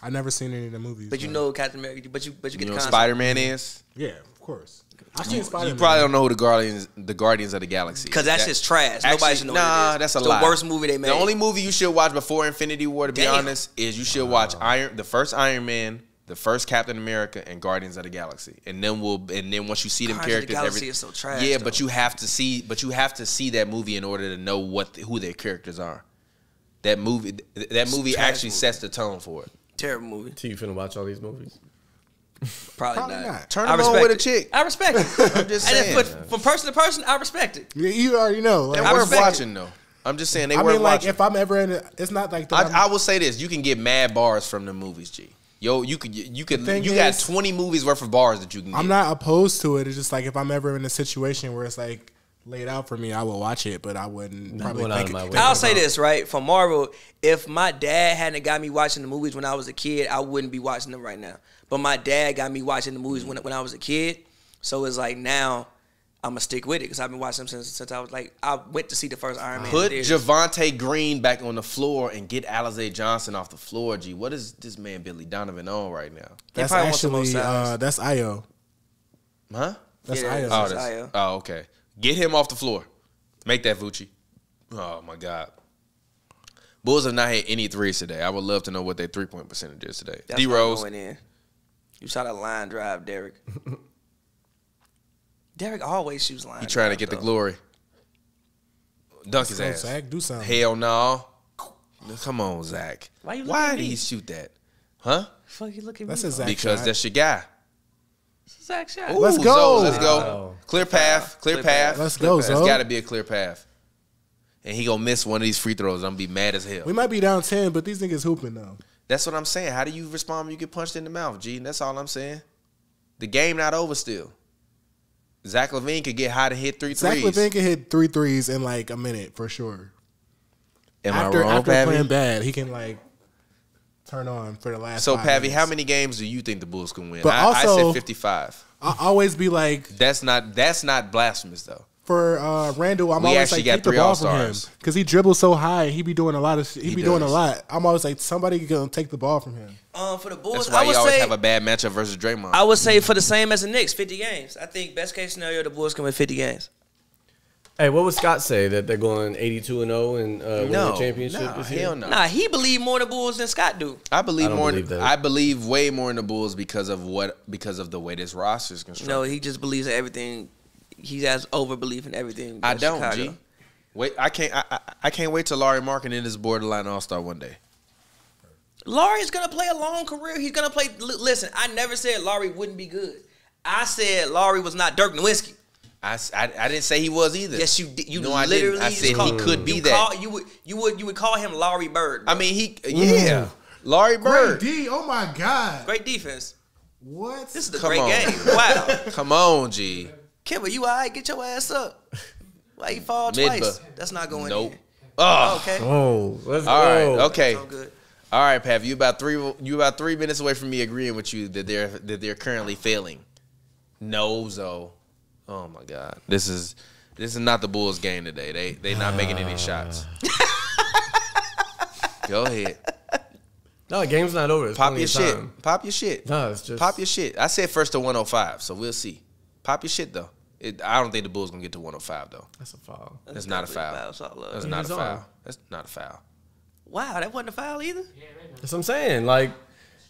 I never seen any of the movies. But you so- know who Captain America. But you but you You get know the what concept. Spider Man is. yeah, of course. I've seen Spider. You probably don't know who the Guardians, the Guardians of the Galaxy. is. Because that's That- just trash. Nobody actually, should know. Nah, what it is. that's a the lie. worst movie they made. The only movie you should watch before Infinity War, to be Damn. honest, is you should watch Iron, the first Iron Man, the first Captain America, and Guardians of the Galaxy, and then we'll, and then once you see them Guardians of the characters, Galaxy every- is so trash, Yeah, though. but you have to see, but you have to see that movie in order to know what the, who their characters are. That movie, th- that movie trash actually movie. sets the tone for it. terrible movie. So you finna watch all these movies? Probably, Probably not. not. Turn I them on respect with a it. chick. I respect it. I'm just and then, saying. but from person to person, I respect it. You, you already know. Like, They're I worth respect watching though. I'm just saying they I worth mean, like watching. if I'm ever in, a, it's not like that I'm- I, I will say this: you can get mad bars from the movies, G. Yo, you could you could The thing you got is- twenty movies worth of bars that you can. Get. I'm not opposed to it. It's just like if I'm ever in a situation where it's like laid out for me, I will watch it, but I wouldn't probably going out think of my way. I'll say this right for Marvel. If my dad hadn't got me watching the movies when I was a kid, I wouldn't be watching them right now. But my dad got me watching the movies when when I was a kid, so it's like now I'm gonna stick with it because I've been watching them since since I was like I went to see the first Iron Man. Put in theaters. Javante Green back on the floor and get Alize Johnson off the floor, G. What is this man Billy Donovan on right now? They That's probably want some actually more size. uh, that's Io. Huh? That's Yeah, Io. that's- Oh, that's, Isaiah. oh, okay. Get him off the floor. Make that Vucci. Oh my God. Bulls have not hit any threes today. I would love to know what their three point percentage is today. That's D not Rose, going in. You shot a line drive, Derek. Derek always shoots line. he trying to get the drives, glory. Dunk his Go, ass. Zach, do something. Hell no. Come on, Zach. Why you looking Why at did me? he shoot that? Huh? though. Fuck, you look at That's me. a Zach Because shot. that's your guy. That's a Zach shot. Ooh, Let's go. Zoe, let's go. Wow. Clear path. Clear, Clear path. path. Let's Clear go, path. Zoe. It's got to be a clear path. And he gonna miss one of these free throws. I'm gonna be mad as hell. we might be down ten, but these niggas hooping though. That's what I'm saying. How do you respond when you get punched in the mouth, G? That's all I'm saying. The game not over still. Zach Levine could get hot and hit three Zach threes. Levine can hit three threes in like a minute for sure. Am after I wrong, after Pavi? playing bad, he can like turn on for the last. So, five Pavi, minutes. how many games do you think the Bulls can win? But I, I also- said 55. I always be like That's not that's not blasphemous though. for uh, Randall. I'm We always actually like got take the three ball All-Stars. from him because he dribbles so high. He be doing a lot of. Sh- he, He be doing a does. lot. I'm always like somebody gonna take the ball from him. Um, for the Bulls, That's I why you would always say have a bad matchup versus Draymond. I would say for the same as the Knicks, 50 games. I think best case scenario, the Bulls can win 50 games. Hey, what would Scott say that they're going 82 and 0 and uh, winning no, the championship no, this year? hell no. Nah, he believed more in the Bulls than Scott do. I believe I don't more. in- believe that. I believe way more in the Bulls because of what because of the way this roster is constructed. No, he just believes in everything. He has overbelief in everything. I in don't. Chicago. G. Wait, I can't. I, I, I can't wait till Larry Markin is borderline All Star one day. Laurie is gonna play a long career. He's gonna play. li- Listen, I never said Laurie wouldn't be good. I said Laurie was not Dirk Nowitzki. I, s- I- I didn't say he was either. Yes, you did. You No, I didn't. literally I just said he called- could be you that. call- you would you would you would call him Laurie Bird. I mean he. Yeah, Larry Bird. D, oh my god, Great defense. What? This is the Come great on. game. Wow. Come on, G. Kimba, you all right? Get your ass up. Why you fall Midba. twice? That's not going Nope. in. Oh, Okay. Oh, let's all right. Okay. So good. All right, Pav. You about three. You about three minutes away from me agreeing with you that they're that they're currently failing. No, Zo. Oh my God. This is this is not the Bulls game today. They they not making any shots. Uh. Go ahead. No, the game's not over. There's Pop plenty your of shit. time. Pop your shit. No, it's just Pop your shit. I said first to 105, so we'll see. Pop your shit though. It, I don't think the Bulls gonna get to 105 though. That's a foul. That's, not a foul. definitely so I love That's it. not a He's on. foul. That's not a foul. Wow, that wasn't a foul either. That's what I'm saying. Like,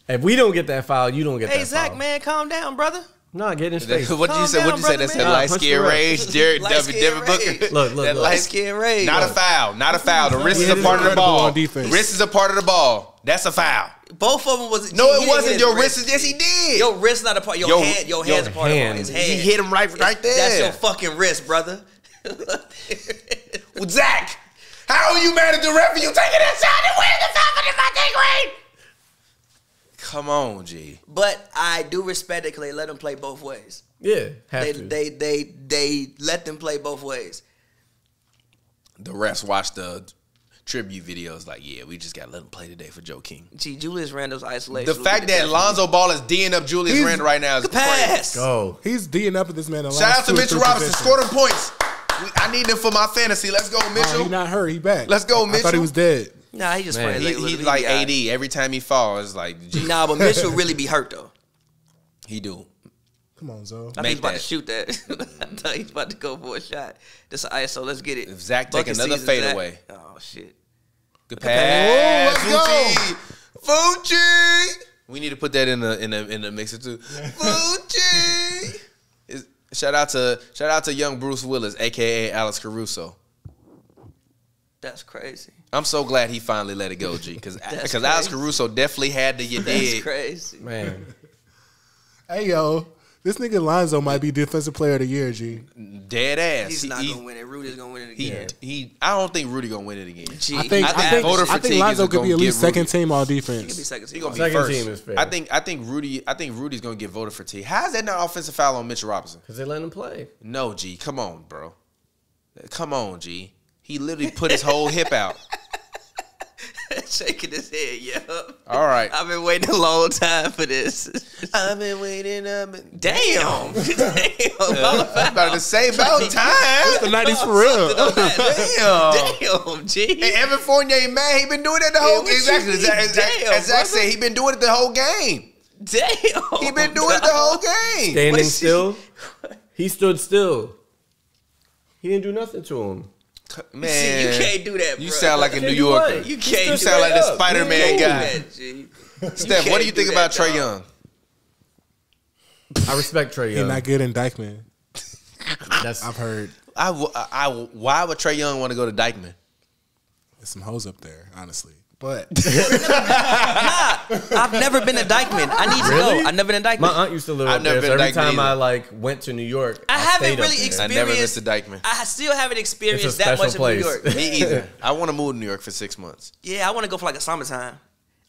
if we don't get that foul, you don't get Hey that Zach, foul. man, calm down, brother. No, get in That- space. what did you Calm say? What down, did you say? brother, That man. said light punch skin me right. rage, Derek Light Devin, skin Devin rage. Booker. Look, look, that look. light Light skin. skin rage. Not a foul. Not a foul. The wrist He is a is part of the incredible ball. on defense. Wrist is a part of the ball. That's a foul. Both of them was No, he it hit wasn't. his Your wrist is yes, he did. Your wrist not a part. Your, Your- hand. Your your hand's a part hand. of his hand. he hit him right, right there. That's your fucking wrist, brother. Well, Zach, how are you mad at the ref for you taking that shot and wearing the foul in my day grade? Come on, G. but I do respect it because they let them play both ways. yeah, have They, to. they they they let them play both ways. The refs watch the tribute videos like, yeah, we just got to let him play today for Joe King. Gee, Julius Randle's isolation. The was fact that ridiculous. Lonzo Ball is D'ing up Julius He's- Randle right now is crazy. pass. Go. He's D'ing up at this man. the Shout out last to two or Mitchell three Robinson. possessions. Scored him points. We, I need him for my fantasy. Let's go, Oh, he Mitchell. not hurt. He back. Let's go, I thought Mitchell. he was dead. Nah, he just playing he, like, he little like BBI. AD. Every time he falls, like, gee, Nah, but Mitchell really be hurt though. he do. Come on, Zo. I Make think he's about that. to shoot that. I thought he's about to go for a shot. This an ISO. Let's get it. If Zach take Bucket another season, Zach. fadeaway. Oh shit. Good pass. pass. Ooh, let's Fucci. Fucci. We need to put that in the in the in the mixer too. Fucci. Is- Shout out to shout out to young Bruce Willis, aka Alex Caruso. That's crazy. I'm so glad he finally let it go, G, because That's because Alex crazy. Caruso definitely had to get That's dig. crazy. Man. Hey yo, this nigga Lonzo might be defensive player of the year. G. dead ass. He's he, not he, gonna win it. Rudy's gonna win it He, again. he- I don't think Rudy gonna win it again. Gee, I think I I think think, voter I fatigue think is Lonzo could gonna be at get least second Rudy. team all he could be defense. second. He gonna be Second first. team is fair. I think I think Rudy I think Rudy's gonna get voted for T. How is that not offensive foul on Mitchell Robinson? Because they let him play. No, G, come on, bro. Come on, G. He literally put his whole hip out. shaking his head. Yep. All right. I've been waiting a long time for this. I've been waiting up. and- Damn. Damn. I'm about to say about time. Nineties for real. Damn. Damn. Gee. And Evan Fournier ain't mad. He been doing it the whole what you Exactly. mean? As, Zach- Damn, as Zach brother. Oh, said, he been doing it the whole game. Damn. He been doing it the whole game. Standing What's he- still. He stood still. He didn't do nothing to him. Man, See, you can't do that. You bro. sound like a Can't New do Yorker. what? You can't You do sound that. like the up. Spider Man You guy. can't do that, G. Steph, what do you can't think do about that, Trey dog. Young? I respect Trey He Young. not good in Dykeman. That's I've heard I, w- I- I w- why would Trey Young want to go to Dykeman? there's some hoes up there, honestly. But I've never been a Dykeman. I need to Really? go. I've never been a Dykeman. my aunt used to live I've up never there. So been every to Dykeman time I either. like went to New York, I haven't stayed up really there. experienced. I never missed a Dykeman. I still haven't It's a experienced that special much place. of New York. Me either. I want to move to New York for six months. Yeah, I want to go for like a summertime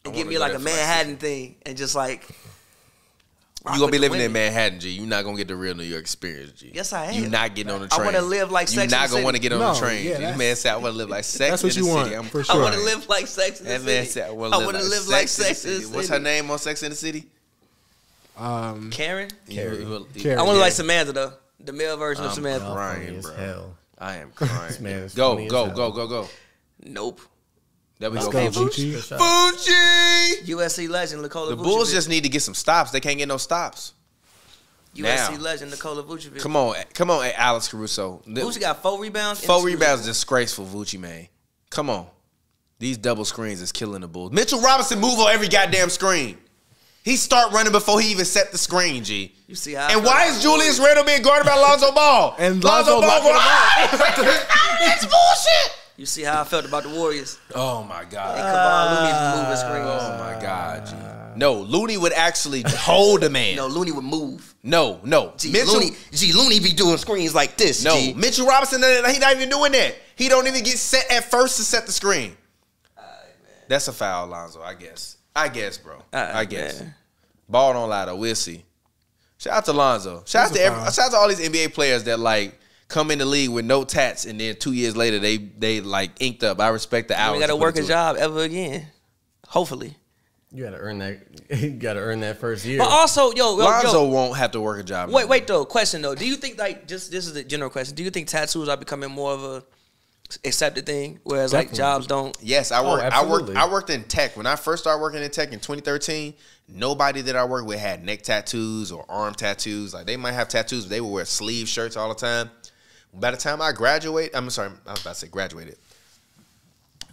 and give wanna me go like there a for, like, Manhattan thing and just like. rock You gonna with be the living in women. Manhattan, G. You're not gonna get the real New York experience, G. Yes, I am. You not getting on the I train. wanna live like you Sex and not the gonna City. want to get on No, the train. yeah, you that's- man said I want to live like Sex that's what in the you want, City. I'm for I sure. want to live like Sex in the That man City. said I I want to live, wanna like, live Sex, like in the Sex in City. the What's her City. name on Sex in the City? um, Karen. Carrie. You, you, Carrie. I want to Yeah. like Samantha though, the male version Um, of I'm Samantha. crying, Funny as bro. hell. I am crying. man is go, funny as go, hell. go, go, go. Nope. There we let's go. go, Gigi. Fucci! USC legend Nikola The Vucevic. Bulls just need to get some stops. They can't get no stops. USC now. legend Nikola Vucevic. Come on, come on, Alex Caruso. Vucevic got four rebounds. and Four two rebounds, disgraceful, Vucci man. Come on, these double screens is killing the Bulls. Mitchell Robinson move on every goddamn screen. He start running before he even set the screen, G. You see how? I And feel. why is Julius Randle being guarded by Lonzo Ball? And Lonzo blocking going, "Ah, that's bullshit. You see how I felt about the Warriors? Oh my god. Come on, Looney moving screens. Oh my god, G. No, Looney would actually hold a man. no, Looney would move. No, no. G, Mitchell, Looney, G, Looney be doing screens like this. no. G. Mitchell Robinson, he not even doing that. He don't even get set at first to set the screen. That's a foul, Lonzo. I guess. I guess, bro. Alright, I guess. man. Ball don't lie though. We'll see. Shout out to Lonzo. Shout out He's to a every, problem. shout out to all these NBA players that like come in the league with no tats and then two years later they they like inked up. I respect the hours. We gotta you put work a into it. job ever again. Hopefully. You gotta earn that. You gotta earn that first year. But also, yo, yo, Lonzo yo, won't have to work a job. Wait, wait though. Question though. Do you think like just this is a general question? Do you think tattoos are becoming more of a accepted thing, whereas like Definitely. jobs don't? Yes, I worked. I worked. Oh, absolutely. I worked in tech when I first started working in tech in 2013. Nobody that I worked with had neck tattoos or arm tattoos. Like they might have tattoos, but they would wear sleeve shirts all the time. By the time I graduate, I'm sorry, I was about to say graduated,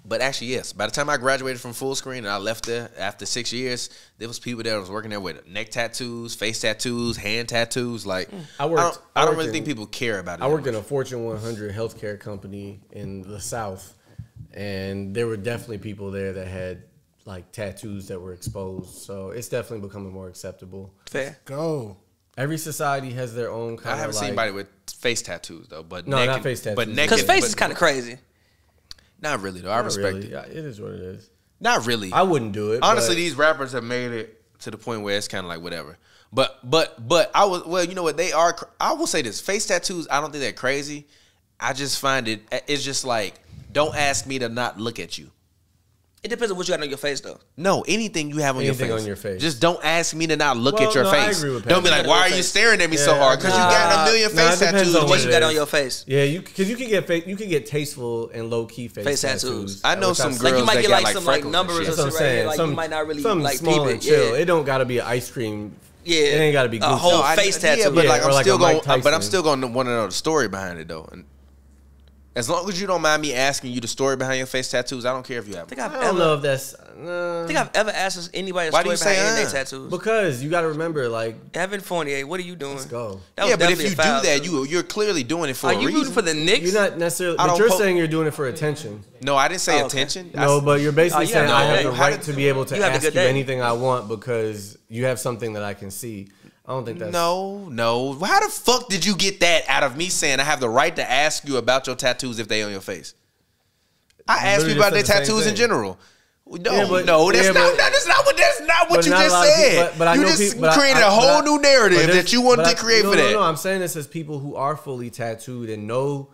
but actually yes. By the time I graduated from full screen and I left there after six years, there was people that was working there with neck tattoos, face tattoos, hand tattoos. Like I worked- I don't, I I don't worked really in- think people care about it. I that worked in much. a Fortune 100 healthcare company in the South, and there were definitely people there that had like tattoos that were exposed. So it's definitely becoming more acceptable. Fair. Go. Every society has their own kind I haven't of like, seen anybody with face tattoos though, but No, neck not and- face But tattoos. neck Because and- face but- is kind of crazy. Not really though. I Not respect really. it. Yeah, It is what it is. Not really. I wouldn't do it. Honestly, but these rappers have made it to the point where it's kind of like whatever. But but but I was well, you know what? They are. cr- I will say this: face tattoos. I don't think they're crazy. I just find it. eh, It's just like don't ask me to not look at you. It depends on what you got on your face though. No, anything you have on Anything your face. on your face. Just don't ask me to not look Well, at your no, I face. agree with don't be Patrick. like, why are you staring at me so hard? Because you got a million Nah, it face depends tattoos. on What it you got is. on your face. yeah, you because you can get fa- you can get tasteful and low key face, Face tattoos. tattoos. I know which some I've girls you might that get, got like, like some, like, freckles and numbers or shit. That's what I'm right here, saying. like, you some, might not really, something like, small peep and it, chill. yeah. It don't got to be an ice cream. Yeah. it ain't got to be A Gucci. whole- No, I- face Yeah, but tattoo. like Yeah, I'm or like a still going. Mike But I'm Tyson. still going to want to know the story behind it though. And as long as you don't mind me asking you the story behind your face tattoos, I don't care if you have. I Them. think I've I ever. don't know if that's nah. I think I've ever asked anybody a Why do story behind you say, any of uh? their tattoos. because you got to remember like Evan Fournier, what are you doing? let's go. That was yeah, but if definitely you a do foul, that, too. you you're clearly doing it for are a you reason. rooting for the Knicks? You're not necessarily, I but don't you're po- saying you're doing it for attention. no, I didn't say Oh, okay. attention. I No, s- but you're basically Oh, yeah, saying no, I have hey, the how right did- to be able to you have a ask good you day. anything I want because you have something that I can see. I don't think that's no, no. How the fuck did you get that out of me saying I have the right to ask you about your tattoos if they on your face? I asked literally people about their just said the same tattoos in thing. general. No, Yeah, but- no, that's yeah, not but- that's not what that's not what but you not a lot just of said. people- but- but I you know just people- but I- created a I- whole but I- new but narrative there's- that you wanted but to I- create no, for no, that. No, I'm saying this as people who are fully tattooed and know,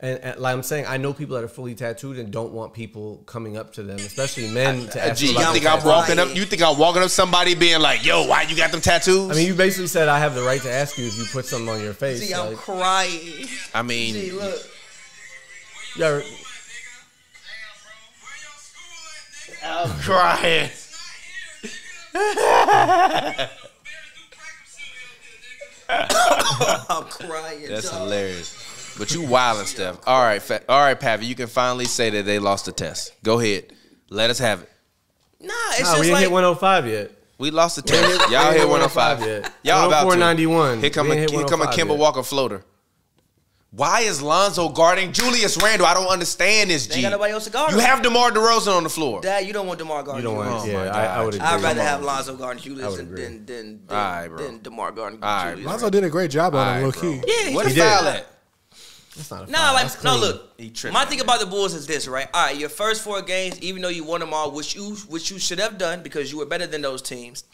and, and, like I'm saying, I know people that are fully tattooed and don't want people coming up to them, especially men, to ask. Gee, you uh, you about think their I'm that's walking tattoos. up? You think I'm walking up somebody being like, "Yo, why you got them tattoos?" I mean, you basically said I have the right to ask you if you put something on your face. See, I'm like, crying. I mean, Gee, look. yeah, I'm crying. I'm crying. That's dog. hilarious. But you wild and stuff. All right, fa- all right, Pavi, you can finally say that they lost the test. Go ahead, let us have it. Nah, it's nah, we just ain't like hit 105 yet. We lost the test. Y'all we hit ain't 105. 105 yet. Y'all about to. 104.91. Here come We a, ain't hit here come a 105 Kimber yet. Walker floater. Why is Lonzo guarding Julius Randle? I don't understand this, They G. ain't got nobody else to guard you him. have DeMar DeRozan on the floor. Dad, you don't want DeMar Gardner. You don't want. Oh yeah, my I, I God. would agree. I'd rather Come have on. Lonzo Gardner Julius would than agree. than than, than, Alright, bro. than DeMar Gardner Alright, Julius. Lonzo did a great job All on right, him, low bro. key. Yeah, he Where the did. foul at? That's not a Nah, foul. like That's no. clean. Look, He tripping my out thing there. about the Bulls is this, right? All right, your first four games, even though you won them all, which you which you should have done because you were better than those teams.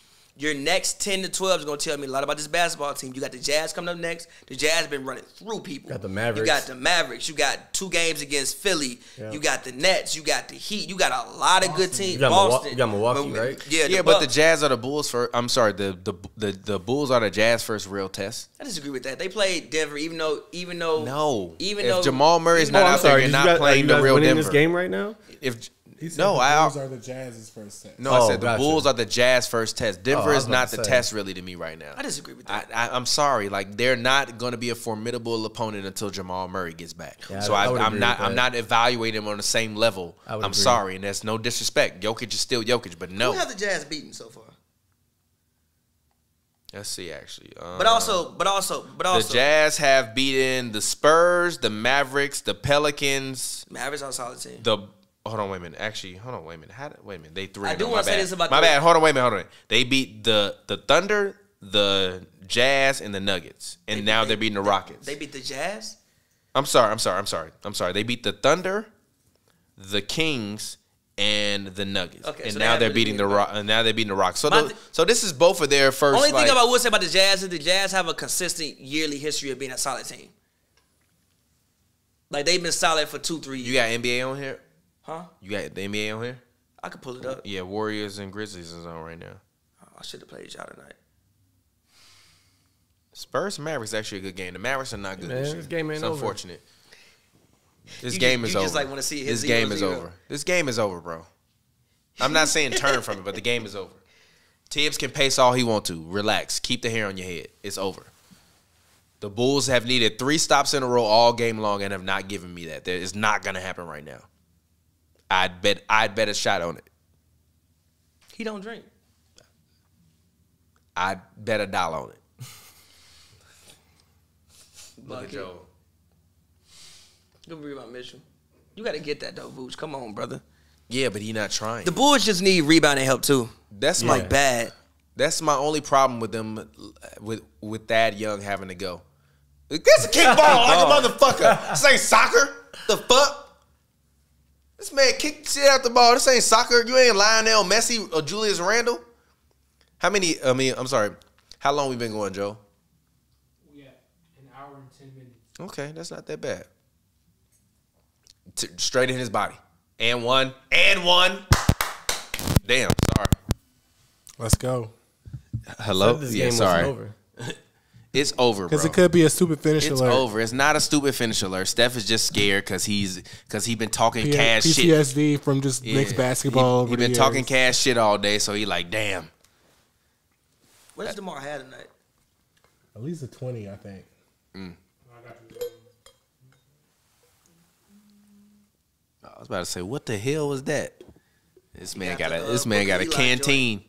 Your next ten to twelve is gonna tell me a lot about this basketball team. You got the Jazz coming up next. The Jazz been running through people. Got the Mavericks. You got the Mavericks. You got two games against Philly. Yeah. You got the Nets. You got the Heat. You got a lot of good teams. You got Milwa- Boston. you got Milwaukee, Mil- right? Yeah, Yeah, but the Bucks. Jazz are the Bulls for. I'm sorry, the the the, the Bulls are the Jazz first real test. I disagree with that. They played Denver, even though, even though, No, even if though Jamal Murray's not Oh, I'm out sorry, there and did you not guys- are playing you the guys real winning Denver, this game right now. if He said no, the I Bulls are the Jazz's first set. no, Oh, I said the gotcha. Oh, Bulls are the Jazz first test. Denver I was is about not to the say. test really to me right now. I disagree with I, that. I, I'm sorry, like they're not going to be a formidable opponent until Jamal Murray gets back. Yeah, so I, I- I would am agree not, with I'm that. not evaluating him on the same level. I I'm would agree. sorry, and that's no disrespect. Jokic is still Jokic, but Who no. have the Jazz beaten so far? Let's see, actually, But Uh, also, but also, but the also, Jazz have beaten the Spurs, the Mavericks, the Pelicans, Mavericks are a solid team. the hold on wait a minute actually hold on wait a minute how did, wait a minute they three I do my wanna say bad. this about my the- bad hold on wait a minute hold on they beat the the Thunder the Jazz and the Nuggets and They- now they- they, are beating the Rockets They beat the Jazz. I'm sorry I'm sorry I'm sorry I'm sorry they beat the Thunder the Kings and the Nuggets. Okay, and so they now have they're really beating the beat Rock. And now they're beating the Rock. So My tho- thi- so this is both of their first. Only like- thing I would say about the Jazz is the Jazz have a consistent yearly history of being a solid team. Like they've been solid for two, three you years. got NBA on here. huh? You got the NBA on here. I could pull it up. Yeah, Warriors and Grizzlies is on right now. I should have played y'all tonight. Spurs Mavericks actually a good game. The Mavericks are not good. Man, this, year. this game ain't it's over. unfortunate. This You game just- is you over. just, like, wanna see it hit this zero, game is zero. over. This game is over, bro. I'm not saying turn from it, but the game is over. Tibbs can pace all he want to. Relax. Keep the hair on your head. It's over. The Bulls have needed three stops in a row all game long and have not given me that. That is not gonna happen right now. I'd bet I'd bet a shot on it. He don't drink. I'd bet a dollar on it. Look at Joe. Don't worry about Mitchell. You got to get that though, Vooch. Come on, brother. Yeah, but he not trying. The Bulls just need rebounding help too. That's my Like bad. That's my only problem with them with with Thad Young having to go. This a kick ball like a motherfucker. This ain't soccer. The fuck? This man kicked shit out the ball. This ain't soccer. You ain't Lionel Messi or Julius Randle. How many? I mean, I'm sorry. How long we been going, Joe? Yeah, an hour and ten minutes. Okay, that's not that bad. T- straight in his body, and one, and one. Damn. Sorry. Let's go. Hello. This yeah. game Sorry. wasn't over. It's over, bro. Because it could be a stupid finish It's alert. over. It's not a stupid finish alert. Steph is just scared because he's because he been talking He had cash shit. PTSD from just Yeah. Knicks basketball. He, over he the been talking years. cash shit all day, so he like, damn. What does Demar have tonight? At least a twenty, I think. I was about to say, what the hell was that? This man got got, the, a uh, this man got a Eli canteen.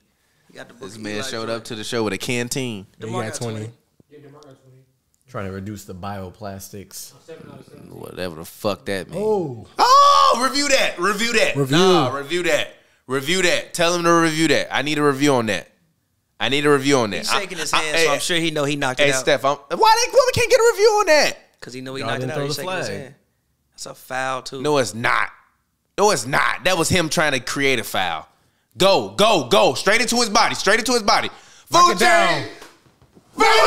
You got the This Booker, man Eli showed Jordan. up to the show with a canteen. Yeah, he DeMar got got twenty. 20. Yeah, DeMar got twenty. Trying to reduce the bioplastics. Seven out of seven. Whatever the fuck that means. Oh, Oh, review that. Review that. Review. Nah, review that. Review that. Tell him to review that. I need a review on that. I need a review on that. He's shaking his I- hand, I- so I'm sure he know he knocked Hey, it out. Steph, I'm, why they, why we can't get a review on that? Cause he know he Y'all knocked it didn't out. throw He's the shaking his flag. hand. That's a foul too. No, it's not. No, it's not. That was him trying to create a foul. Go, go, go. Straight into his body. Straight into his body. Food down. Let's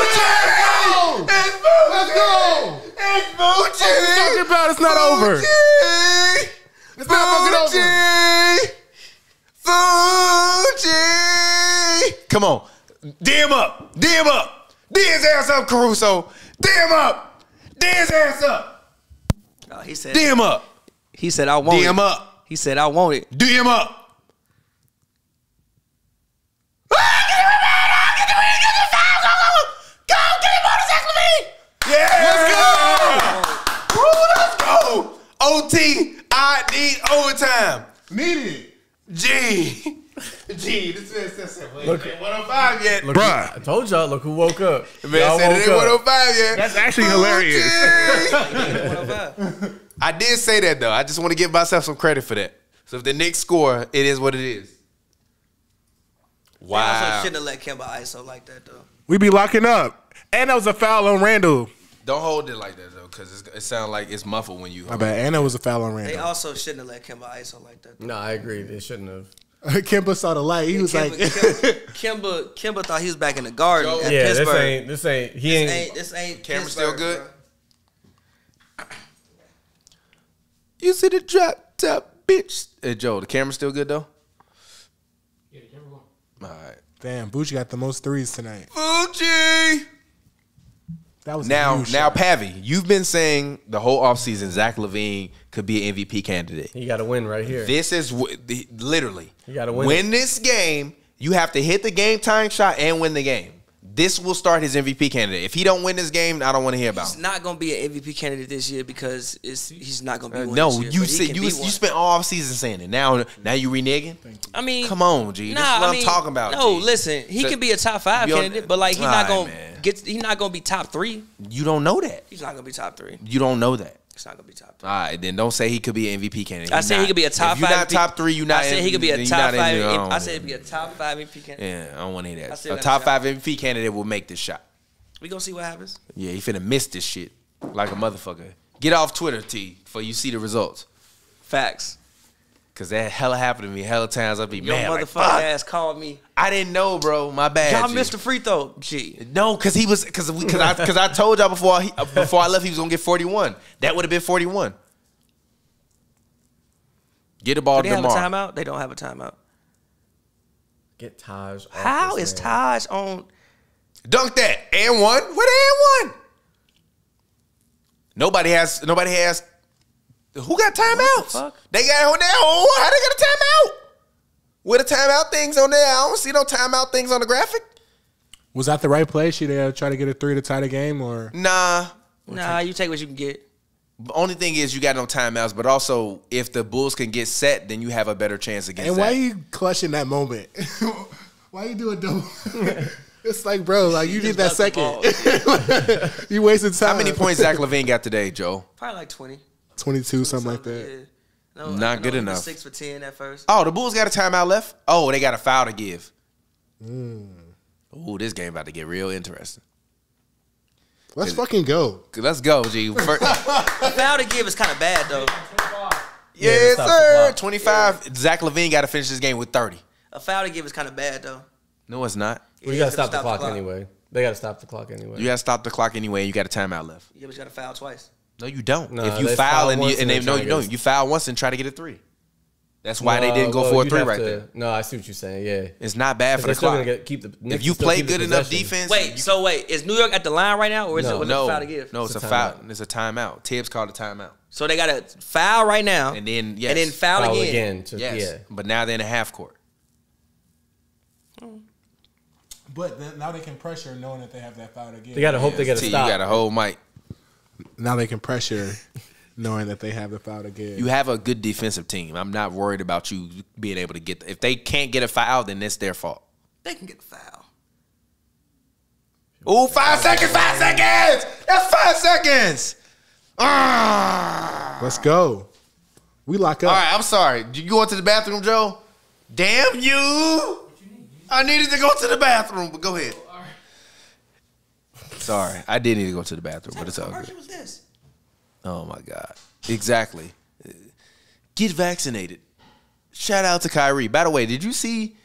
go. It's Fuji. Let's go. It's Fuji. talking about? It's not over. Fuji. It's not fucking Fuji. Come on. DM up. DM up. DM his ass up, Caruso. DM up. DM his ass up. Oh, he said. DM up. He said I want DM it. up. He said I want it. Do him up. Ah, Yeah! Let's go! Woo, let's go! OT, I need overtime. Need it. G. G, this man said, said, wait, Look- it ain't 105 yet. Look, I told y'all. Look who woke up. Man Y'all said it woke ain't up. 105 yet. That's actually hilarious. G. Whatever. I did say that though. I just want to give myself some credit for that. So if the Knicks score, it is what it is. I also Wow. shouldn't have let Kemba ISO like that though. We be locking up. And that was a foul on Randall. Don't hold it like that though, because it sounds like it's muffled when you. my bad. And that was a foul on They Randall. also shouldn't have let Kemba ISO like that. No, I agree. They shouldn't have. Kemba saw the light. He was Kemba, like, Kemba, Kemba, Kemba thought he was back in the garden at Yeah, Pittsburgh. this ain't. This ain't. He ain't. This ain't, this ain't Camera Pittsburgh, still good? bro. You see the drop top, bitch. Hey Joe, the camera's still good though. Yeah, camera one. All right. "Damn, Bucci got the most threes tonight." Fuji. That was Now, huge. now, Pavi, you've been saying the whole offseason Zach Levine could be an MVP candidate. He got to win right here. This is wh- the- literally. You gotta win this game. You have to hit the game time shot and win the game. This will start his MVP candidate. If he don't win this game, I don't want to hear about. He's him. not gonna be an MVP candidate this year because it's he's not gonna be one. Uh, no, this year, but you he said can you be you one. spent all season saying it. Now, now you reneging. I mean, Come on, Nah, G. This is what I I'm mean, talking about. No, G. listen, he So- can be a top five You don't- candidate, but like he's not gonna Alright, man. get. He's not gonna be top three. You don't know that. He's not gonna be top three. You don't know that. He's not gonna be top three. All right, then don't say he could be an MVP candidate. I said he not. could be a top If you're five not MVP top three. You not. I said he could be a you're top not in five. the- I don't said he'd be a top five MVP candidate. Yeah, I don't want to hear I that. still A got a top shot. five MVP candidate will make this shot. We gonna see what happens. Yeah, he finna miss this shit like a motherfucker. Get off Twitter, T, before you see the results. Facts. Cause that hella happened to me hella times. I'd be Your mad. Like, motherfucking Fuck, ass called me. I didn't know, bro. My bad. Y'all G." missed the free throw. Gee. No, cause he was cause we, cause I cause I told y'all before I, before I left he was gonna get forty one. That would have been forty one. Get the ball Do to they have a tomorrow. timeout? They don't have a timeout. Get Taj. Oh, off How this is man. Taj on? Dunk that and one. What and one? Nobody has. Nobody has. Who got timeouts? fuck? They got on there. Oh, how they got a timeout? With the timeout things on there, I don't see no timeout things on the graphic. Was that the right play? Should they try to get a three to tie the game or Nah. Nah, you take what you can get. Only thing is you got no timeouts, but also if the Bulls can get set, then you have a better chance against. And why that. you clutching that moment? why you doing double? it's like, bro, like you need Just that duck the second. ball. You wasted time. How many points Zach Levine got today, Joe? Probably like 20. Twenty-two, something like that. Yeah. No, Not I know good he was enough. Six for 10 at first. Oh, the Bulls got a timeout left. Oh, they got a foul to give. Hmm. Ooh, this game about to get real interesting. Let's fucking go. Let's go, G. Fir- The foul to give is kind of bad, though. yes, stop the sir. clock. 25. Zach Levine got to finish this game with 30. A foul to give is kind of bad, though. No, it's not. We Yeah, gotta could've stop the stopped clock anyway. They gotta stop the clock anyway. You got to stop the clock anyway, and you got a timeout left. Yeah, but you got to foul twice. No, you don't. Nah, if you they foul, foul and, you, once and and they they no, try you to don't. get- You foul once and try to get a three. That's why they didn't go well, for a you'd three have right to- there. No, I see what you're saying. Yeah. It's not bad for the They're still clock. gonna get, keep the, if you play good enough defense, Wait, so wait, is New York at the line right now, or is No. it was no, it a foul to give? no, it's, It's a a foul. timeout. It's a timeout. Tibbs called a timeout, So they got to foul right now, and then yes, and then foul, foul again. again. to- Yes, Yeah. but now they're in a half court. But then, now they can pressure, knowing that they have that foul again. They gotta hope they Yes, get T, a you stop. got a whole mic. now they can pressure, knowing that they have the foul again. You have a good defensive team. I'm not worried about you being able to get. if they can't get a foul, then it's their fault. They can get the foul. Ooh, five seconds, five seconds. That's five seconds. Ah. Let's go. We lock up. All right, I'm sorry. Did you go into the bathroom, Joe? Damn you! I needed to go to the bathroom, but go ahead. Sorry, I did need to go to the bathroom, but it's all good. Commercial was this? Oh my God. Exactly. Get vaccinated. Shout out to Kyrie. By the way, did you see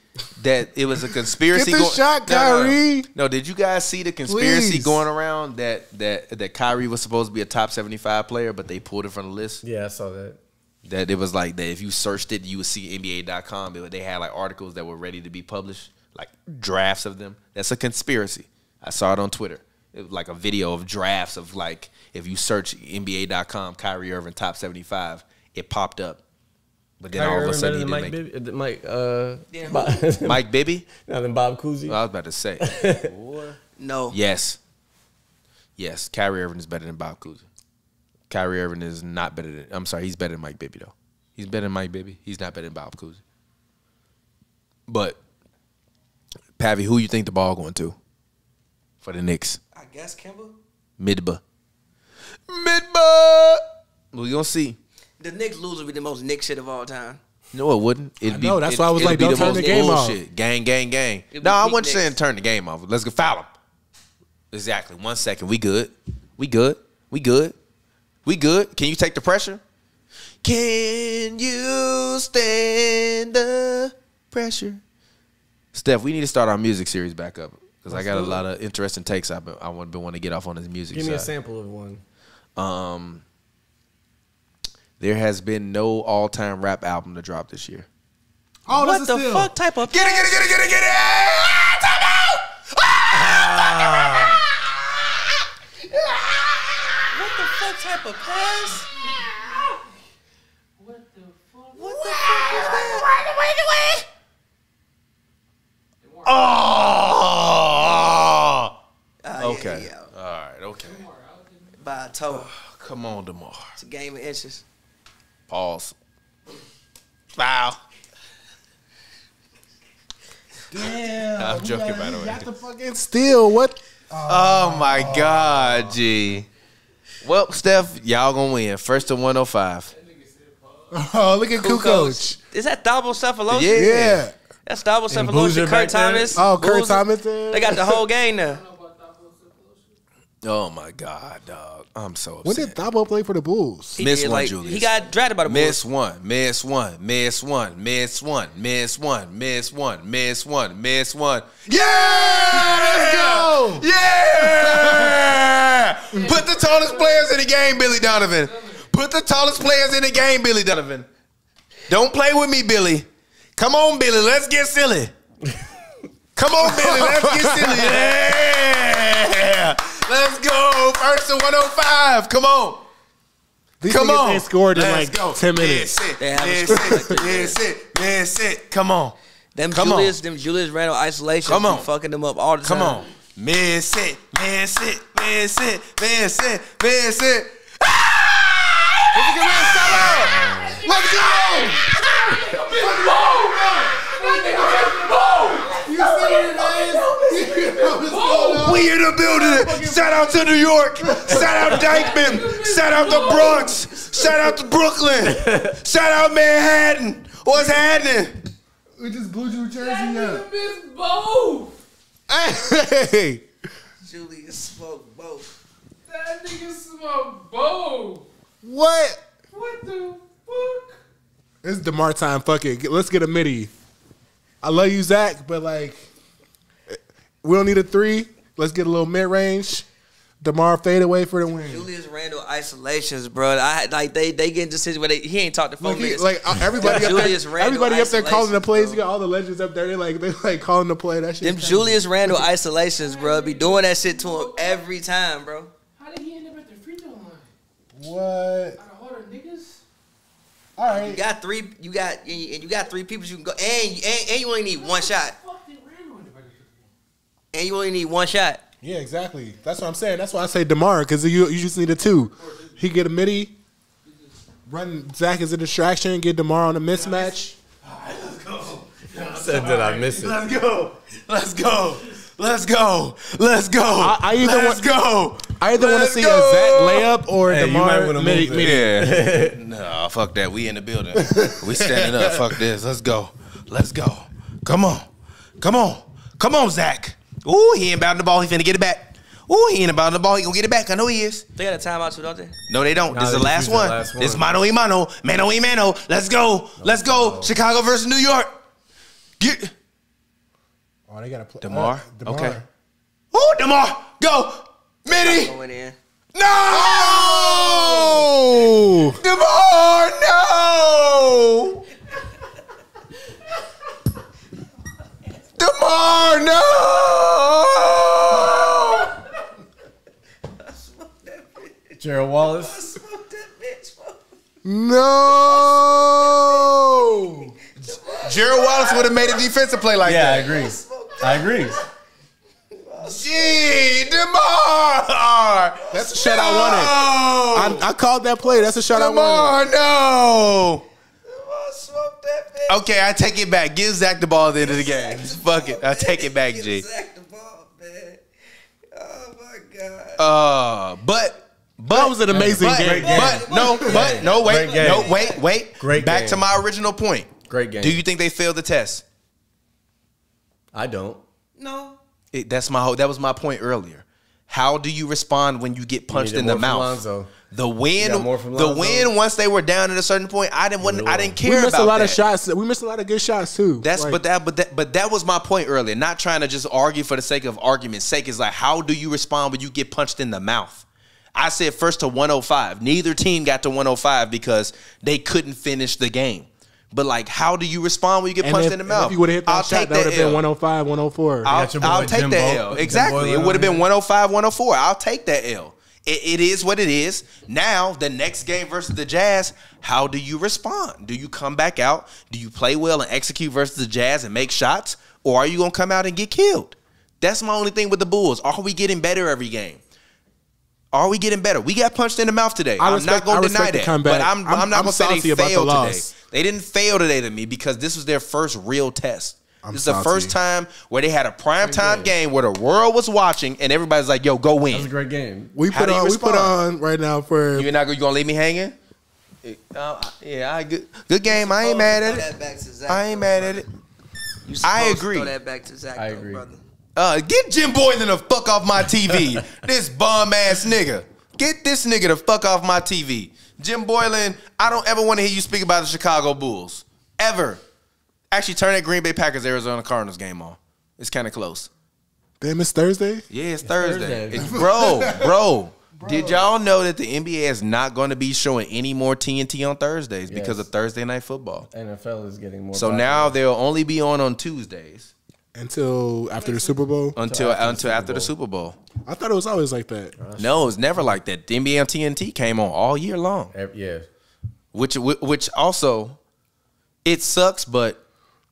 that it was a conspiracy? Get the going- shot, No, no, no. Kyrie. No, did you guys see the conspiracy Please. going around that that that Kyrie was supposed to be a top seventy five player, but they pulled it from the list? Yeah, I saw that. That it was like that. If you searched it, you would see NBA.com. It, they had like articles that were ready to be published, like drafts of them. That's a conspiracy. I saw it on Twitter. It was like a video of drafts of like if you search NBA.com, Kyrie Irving top seventy five, it popped up. But then Kyrie all of a Irving sudden, he better didn't than make Mike, Bib- uh, Mike, uh, Yeah, Bob, Mike Bibby. now then Bob Cousy. I was about to say No. yes, yes. Kyrie Irving is better than Bob Cousy. Kyrie Irving is not better than. I'm sorry, he's better than Mike Bibby though. He's better than Mike Bibby. He's not better than Bob Cousy. But Pavi, who you think the ball going to for the Knicks? I guess Kimba. Midba. Midba. We gonna see. The Knicks lose would be the most Knicks shit of all time. No, it wouldn't. It'd know, that's why I was it'd like, be don't turn most the game off. bullshit. Gang, gang, gang. It'd No, be I peak wasn't saying Knicks. turn the game off. Let's go foul him. Exactly. One second. We good. We good. We good. We good. Can you take the pressure? Can you stand the pressure? Steph, we need to start our music series back up because I Let's got a do it. lot of interesting takes. I've been, I want been wanting to get off on this music. Give me a side. sample of one. Um, there has been no all-time rap album to drop this year. Oh, what that's the a steal. fuck type of Get it, get it, get it, get it, get it! Ah, time out! Ah, fucking rap! Ah. What the fuck type of pass? What the fuck? What the Ah! Ah! Oh! fuck? Oh, Okay. Yeah, yeah. All right. Okay. By a toe. Come on, Demar. It's a game of inches. Pause. Wow. Damn. I'm joking, by the way. The fucking steal. What? Oh my God, G. Well, Steph, y'all gonna win. First to 105. Oh, look at Kukoc. Is that double cephalosha? Yeah. Yeah. That's double Boozer cephalosha. Kurt back there. Thomas. Oh, Kurt Boozer. Thomas. They got the whole game now. Oh my god, dog! I'm so When upset. did Thabo play for the Bulls? He Miss did, one, like, Julius. He got drafted by the Miss Bulls. one, miss one, miss one, miss one, miss one, miss one, miss one, miss one. Yeah! Let's go! Yeah! Put the tallest players in the game, Billy Donovan. Put the tallest players in the game, Billy Donovan. Don't play with me, Billy. Come on, Billy. Let's get silly. Come on, Billy. Let's get silly. Yeah! Let's go. First and 105. Come on. These Come niggas on. ain't scored in like go. 10 minutes. That's it. They have That's a it. That's it. That's it. Come on. Them Come on. Julius, them Julius Randle isolation. Come Come on. on, fucking them up all the Come time. on. Miss it. Miss it. Miss it. Miss it. Miss it. Ah! Let's go! We in the building. Shout out to New York. Shout out Dykeman. Shout out the Bronx. Shout out to Brooklyn. Shout out Manhattan. What's happening? We just blew your jersey up. Hey. Julius smoked both. That nigga smoke both. What? What the fuck? It's Demar time. Fuck it. Get- Let's get a midi. I love you, Zach, but like, we don't need a three. Let's get a little mid range. Demar fade away for the win. Julius Randle isolations, bro. I like they they get into situations where they, he ain't talked to four Like, he, minutes. like uh, everybody, up Julius there, Randle everybody up there calling the isolations, plays. bro. You got all the legends up there. They like they like calling the play. That shit. them kinda- Julius Randle isolations, bro. Be doing that shit to him every time, bro. How did he end up at the free throw line? What? Out of all the niggas? All You right. got three. You got and you and you got three people you can go, and and, and you only need one shot, Fuck did Randall end up at the free and you only need one shot. Yeah, exactly. That's what I'm saying. That's why I say Demar because you you just need a two. He get a midi. Run Zach is a distraction. Get Demar on a mismatch. said that I miss it. Let's go. Let's go. Let's go. Let's go. I- I either Let's want- go. I either want to Let's see go. a Zach layup or a Demar midi. midi. Yeah. no, fuck that. We in the building. We standing up. Fuck this. Let's go. Let's go. Come on. Come on. Come on, Zach. Ooh, he ain't bounding the ball. He finna get it back. Ooh, he ain't bounding the ball. He gonna get it back. I know he is. They got a timeout too, don't they? No, they don't. this is they the last just used one. the last This one. mano y mano, mano y mano. Let's go. Let's go. Chicago versus New York. Get. Oh, they got to play. Demar? Uh, Demar. Okay. Ooh, Demar, go. Mitty. Going in. No! DeMar, no! DeMar, no! Gerald Wallace. No! Jared Wallace would have made a defensive play like Yeah, I that. agree. I agree. Gee, DeMar! That's a shot I wanted. wanted. I, I called that play. That's a shot I wanted. DeMar, no! Okay, I take it back. Give Zach the ball at the end of the game. Fuck it. I take it back, G. Uh, but but That was an amazing but, game. But no, but no, wait, Great game. no, wait, wait. Great Back game. to my original point. Great game. Do you think they failed the test? I don't. No. It, that's my whole. That was my point earlier. How do you respond when you get punched needed in the more from mouth? Lonzo. The win, You got more from the Lonzo. win. Once they were down at a certain point, I didn't. want Yeah, I they didn't We care missed about a lot that. of shots. We missed a lot of good shots too. That's Like, but that but that but that was my point earlier. Not trying to just argue for the sake of argument's sake. Is like how do you respond when you get punched in the mouth? I said first to 105. Neither team got to 105 because they couldn't finish the game. But like, how do you respond when you get And punched if, in the and mouth? If you would have hit that I'll shot, take that would have been L. 105, 104. I'll, got your boy I'll take Jim that Bo- L. Jim Exactly. Boylan It would have on been 105, 104. I'll take that L. It, it is what it is. Now, the next game versus the Jazz, how do you respond? Do you come back out? Do you play well and execute versus the Jazz and make shots? Or are you going to come out and get killed? That's my only thing with the Bulls. Are we getting better every game? Are we getting better? We got punched in the mouth today. I I'm not respect- I going to respect deny the that. comeback. But I'm, I'm, I'm- not I'm going to say salty they about the failed today. loss. They didn't fail today to me because this was their first real test. I'm this is the salty. first time where they had a prime time game where the world was watching and everybody's like, "Yo, go That was a win." great game. we how put do you on. We put respond? on right now for You not gonna- you gonna leave me hanging? Uh, yeah, I good. Good game. I ain't mad at Oh, Throw it. that back to Zach, I ain't though, mad brother. at it. You I supposed to agree. Throw that back to Zach, I though, agree. brother. Uh, get Jim Boylan the fuck off my TV. this bum ass nigga. Get this nigga the fuck off my TV. Jim Boylan, I don't ever want to hear you speak about the Chicago Bulls. Ever. Actually, turn that Green Bay Packers Arizona Cardinals game on. It's kind of close. Damn, it's Thursday. Yeah, it's, Thursday. It's- bro, bro, Did y'all know that the NBA is not going to be showing any more TNT on Thursdays because Yes. of Thursday night football? NFL is getting more. So popular. now they'll only be on on Tuesdays Until after the Super Bowl, until until after the Super Bowl. I thought it was always like that. No, it's never like that. The NBA on TNT came on all year long, Ev- yeah, which whi- which also it sucks, but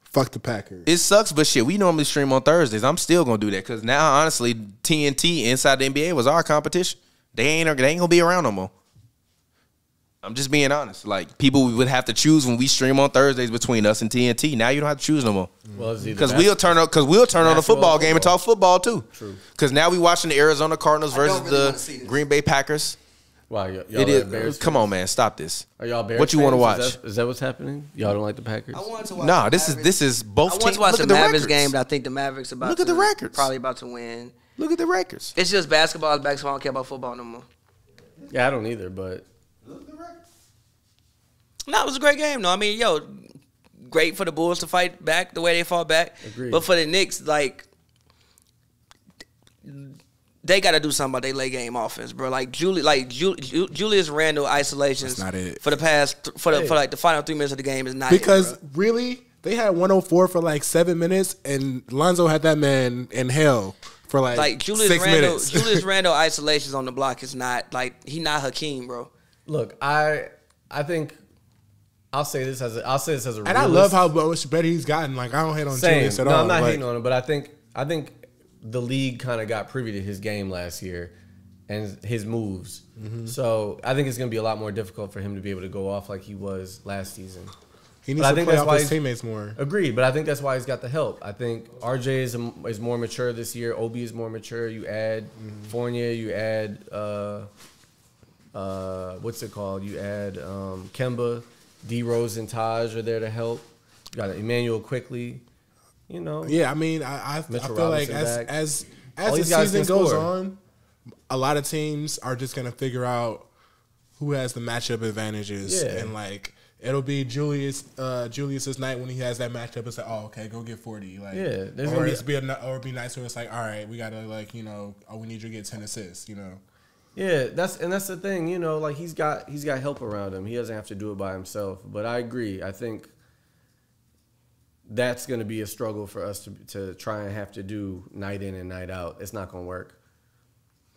Fuck the Packers. it sucks. But shit, we normally stream on Thursdays. I'm still gonna do that because now, honestly, TNT inside the NBA was our competition. They ain't they ain't gonna be around no more. I'm just being honest. Like people would have to choose when we stream on Thursdays between us and TNT. Now you don't have to choose no more. well, it's either Because bas- we'll turn up. Because we'll turn on a basketball, football game and football. talk football too. True. Because now we watching the Arizona Cardinals don't versus really wanna see the this. Green Bay Packers. Wow, y- y'all It are is. Bears Come fans? on, man, stop this. Are y'all Bears What you want to fans? watch? Is that- Is that what's happening? Y'all don't like the Packers? I wanted to watch. nah, the this is Mavericks. this is I both wanted teams. to watch Look the, at the Mavericks records. game, but I think the Mavericks about Look at to- the records. probably about to win. Look at the records. It's just basketball is basketball. I don't care about football no more. Yeah, I don't either, but No, it was a great game. No, I mean, yo, great for the Bulls to fight back the way they fought back. Agreed. But for the Knicks, like, they got to do something about their late game offense, bro. Like Julie, like Ju- Ju- Julius Randle isolations That's not it. for the past th- for the for like the final three minutes of the game is not it, Because bro. really, they had 104 for like seven minutes, and Lonzo had that man in hell for like, like Julius six Randle, minutes. Julius Randle isolations on the block is not like he not Hakeem, bro. look, I I think I'll say this as a, I'll say this as a and I love realist- how much better he's gotten. Like I don't hate on Same. Julius at no, all. I'm not Like, hating on him, but I think I think the league kind of got privy to his game last year and his moves. So I think it's going to be a lot more difficult for him to be able to go off like he was last season. But He needs I to think play that's off why his he's- teammates more. Agreed, but I think that's why he's got the help. I think RJ is a, is more mature this year. Obi is more mature. You add Fournier, you add uh, uh, what's it called? You add um, Kemba, D Rose, and Taj are there to help. You got Emmanuel quickly. You know, Yeah, I mean, I I, I feel Mitchell like Robinson as back. as All as the these guys season can goes score. on, a lot of teams are just gonna figure out who has the matchup advantages, Yeah. and like it'll be Julius uh, Julius's night when he has that matchup. It's like, oh, okay, go get forty. Like, Yeah, there's or gonna be- it's be a, or it'd be nice where it's like, all right, we gotta like you know, oh, we need you to get ten assists, you know. Yeah, that's and that's the thing, you know, like he's got he's got help around him. He doesn't have to do it by himself. But I agree. I think that's going to be a struggle for us to to try and have to do night in and night out. It's not going to work.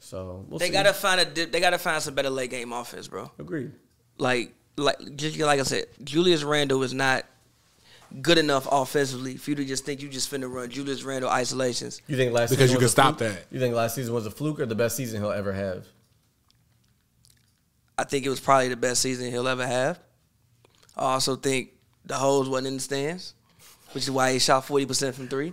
So we'll They see. gotta find a di- they gotta find some better late game offense, bro. agreed. like like just like I said, Julius Randle is not good enough offensively for you to just think you just finna run Julius Randle isolations. You think last Because season you was can a stop fluke? that. You think last season was a fluke or the best season he'll ever have? I think it was probably the best season he'll ever have. I also think the holes wasn't in the stands, which is why he shot forty percent from three.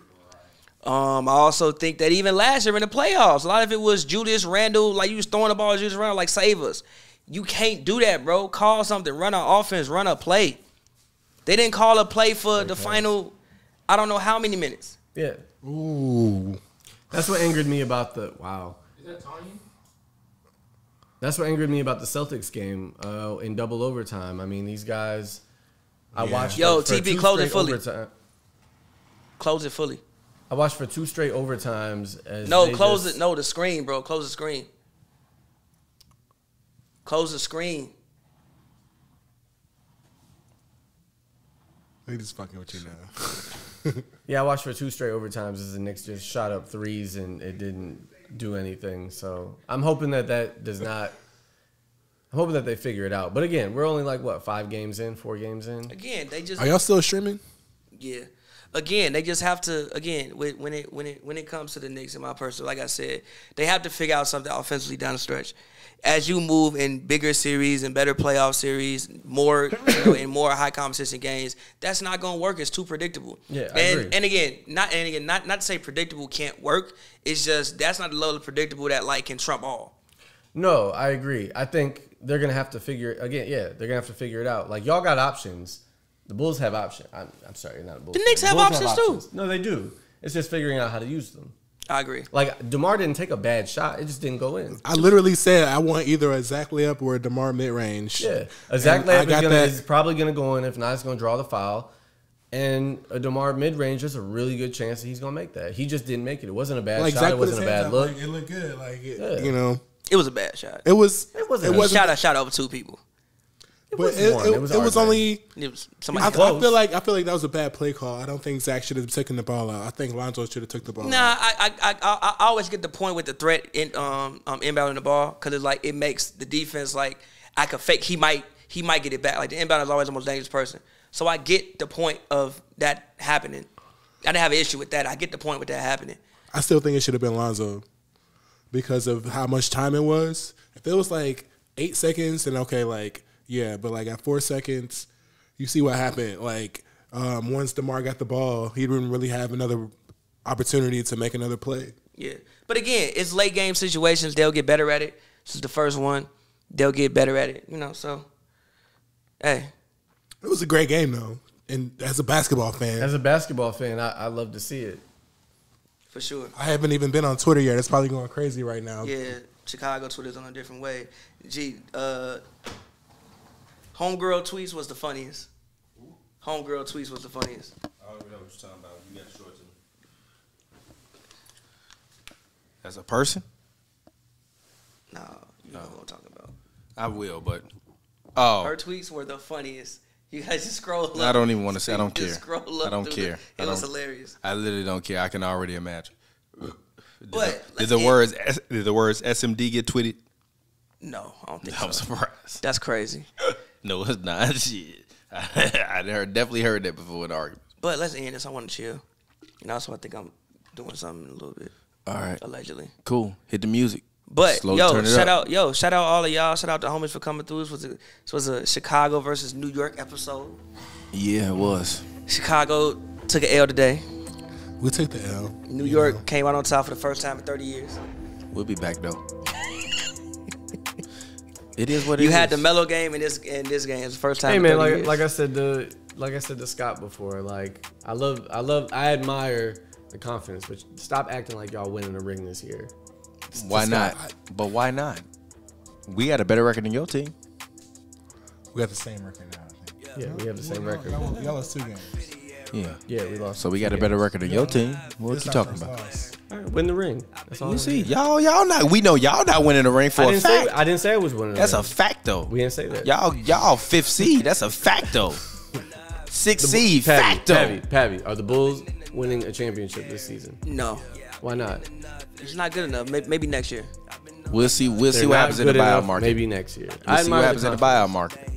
Um, I also think that even last year in the playoffs, a lot of it was Julius Randle, like you was throwing the ball at Julius Randle, like save us. You can't do that, bro. Call something, run an offense, run a play. They didn't call a play for the final, I don't know how many minutes. Yeah. Ooh, That's what angered me about the wow. Is that Tanya? That's what angered me about the Celtics game uh, in double overtime. I mean, these guys. I Yeah. watched Yo, for TP two close it straight fully. overtime- Close it fully. I watched for two straight overtimes. As No, they close just- it. No, the screen, bro. Close the screen. Close the screen. they just fucking with you now. Yeah, I watched for two straight overtimes as the Knicks just shot up threes and it didn't do anything. So I'm hoping that that does not. I'm hoping that they figure it out. But again, we're only like what five games in, four games in. Again, they just Are y'all still streaming? yeah. Again, they just have to. Again, whe- when it when it when it comes to the Knicks, in my personal, like I said, they have to figure out something offensively down the stretch. As you move in bigger series and better playoff series, more you know, in more high competition games, that's not going to work. It's too predictable. Yeah, I and agree. and again, not and again, not not to say predictable can't work. It's just that's not the level of predictable that like can trump all. No, I agree. I think they're gonna have to figure again. Yeah, they're gonna have to figure it out. Like y'all got options. The Bulls have options. I'm, I'm sorry, not the Bulls. The Knicks have Bulls options, too. No, they do. It's just figuring out how to use them. I agree. Like Demar didn't take a bad shot; it just didn't go in. I literally said I want either a Zach layup or a Demar mid range. Yeah, a Zach And I Lamb is, got gonna, that. is probably going to go in. If not, it's going to draw the foul. And a Demar mid range, there's a really good chance that he's going to make that. He just didn't make it. It wasn't a bad Like shot. Zach it put his wasn't a hands bad up, look. like, it looked good. Like it, Yeah. you know, It was a bad shot. it was. It wasn't It a wasn't. shot a shot over two people. But wasn't it, one. it- It was it was RJ. only. It was I, I somebody. close. feel like I feel like that was a bad play call. I don't think Zach should have taken the ball out. I think Lonzo should have took the ball. Nah, out. I, I, I, I, I always get the point with the threat in um, um inbounding the ball because it's like it makes the defense like I could fake he might he might get it back. Like the inbound is always the most dangerous person. So I get the point of that happening. I didn't have an issue with that. I get the point with that happening. I still think it should have been Lonzo because of how much time it was. If it was like eight seconds, then okay, like yeah, but like at four seconds, you see what happened. Like um, once Demar got the ball, he didn't really have another opportunity to make another play. Yeah. But again, it's late game situations. They'll get better at it. This is the first one. They'll get better at it. You know. So, hey, It was a great game though, and as a basketball fan, As a basketball fan, I, I love to see it. for sure. I haven't even been on Twitter yet. It's probably going crazy right now. Yeah, Chicago Twitter's on a different way. Gee, uh, homegirl tweets was the funniest. Homegirl tweets was the funniest. As a person, No, you know what I'm talking about. I will, but oh, Her tweets were the funniest. You guys just scroll. Up. I don't even want to say. I don't Just care. Scroll up I don't through care. The, I it was don't- hilarious. I literally don't care. I can already imagine. Did But, the, did the like, it- words did the words SMD get tweeted? No, I don't think I'm so. surprised. That's crazy. No, it's not. Shit. I heard, definitely heard that before in argument. But let's end this. I want to chill, and also I think I'm doing something a little bit All right, allegedly. cool. Hit the music. But Slow yo, turn it shout up. out, yo, shout out all of y'all. Shout out the homies for coming through. This was a, this was a Chicago versus New York episode. Yeah, it was. Chicago took an L today. We took the L. New York came out on top for the first time in 30 years. We'll be back though. it is what it You had the is. mellow game in this in this game. It's the first time. Hey in man, 30 like years. like I said to like I said to Scott before, like I love I love I admire the confidence, but stop acting like y'all winning a ring this year. why not? But why not? We got a better record than your team. We got the same record now. I think. Yeah, we have the same record. Y'all, y'all lost two games. Yeah. Yeah, we lost. So we got a better record than your team. What This you our talking first about? loss. All right, win the ring. That's all. You I see, want. y'all, y'all not. We know y'all not winning the ring for I a didn't say fact. I didn't say I was winning. That's a a fact though. We didn't say that. Y'all, y'all fifth seed. That's a fact though. Sixth seed, Pappy, fact though. Pappy, Pappy, are the Bulls winning a championship this season? no, Why not? it's not good enough. May- Maybe next year. We'll see. We'll see They're what not happens in the good buyout enough, market. Maybe next year. We'll see admire what happens in the confidence. buyout market.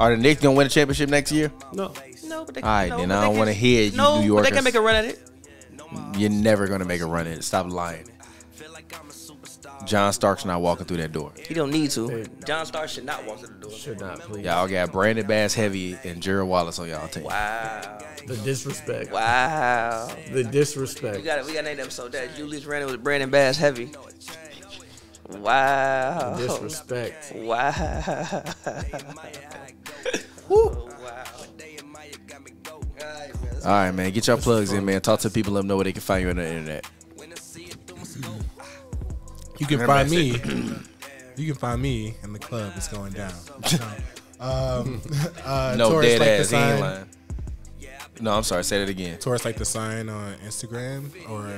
Are the Knicks gonna win a championship next year? No, No, but they All right, no, then but I they don't can- want to hear you, No, New but Yorkers. they can make a run at it. You're never gonna make a run at it. Stop lying. John Stark's not walking through that door. He don't need to. John Starr should not walk to the door. should not. Please, Y'all got Brandon Bass Heavy and Jared Wallace on y'all team. Wow, the disrespect. wow. The We disrespect. got we got name episode that Julius Randle with Brandon Bass heavy. Wow. Disrespect. Wow. All right, man. Get your plugs in, man. Talk to people. Let them know where they can find you on the internet. You can find me. you can find me in the club. It's going down. um, uh, No Taurus dead like the ass. He ain't sign- lying. No, I'm sorry. Say that again. Taurus like the sign on Instagram or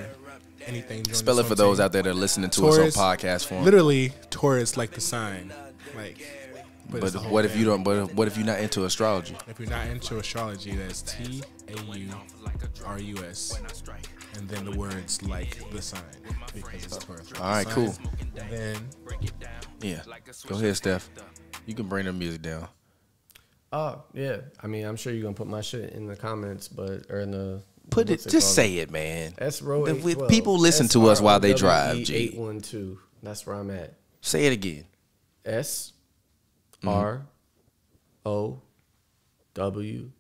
anything. Join Spell the it for Swim those team. out there that are listening to Taurus, us on podcast form. Literally, Taurus like the sign. Like, but, But it's the whole what if you thing. don't? But what if you're not into astrology? If you're not into astrology, that's T A U R U S, and then the words like the sign because it's Taurus. like All right, the cool. sign. And then Yeah. Go ahead, Steph. You can bring the music down. Oh yeah. I mean, I'm sure you're gonna put my shit in the comments, but or in the Put it. what's Just called? say it, man. S row. The- with- people listen to us while they drive, G. E Eight one two. That's where I'm at. Say it again. S Mm-hmm. R O W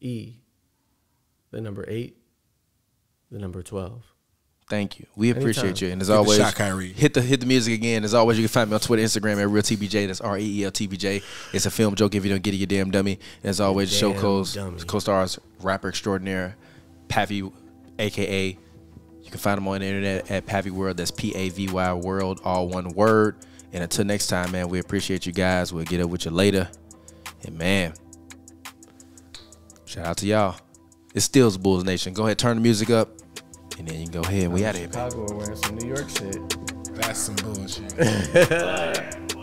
E. The number eight. The number twelve. Thank you. We appreciate Anytime. you. And as the always, shot, Kyrie. hit the hit the music again. As always, you can find me on Twitter, Instagram at Real TBJ. That's R E E L T B J. It's a film joke if you don't get it, you damn dummy. And as always, the show Damn co dummy. co stars rapper extraordinaire Pappy, aka you You can find them on the internet at Pavy World. That's P A V Y World, all one word. And until next time, man, we appreciate you guys. We'll get up with you later. And man, shout out to y'all. It's Stills Bulls Nation. Go ahead, turn the music up, and then you can go ahead. We out of here. man. Chicago are wearing some New York shit. That's some bullshit.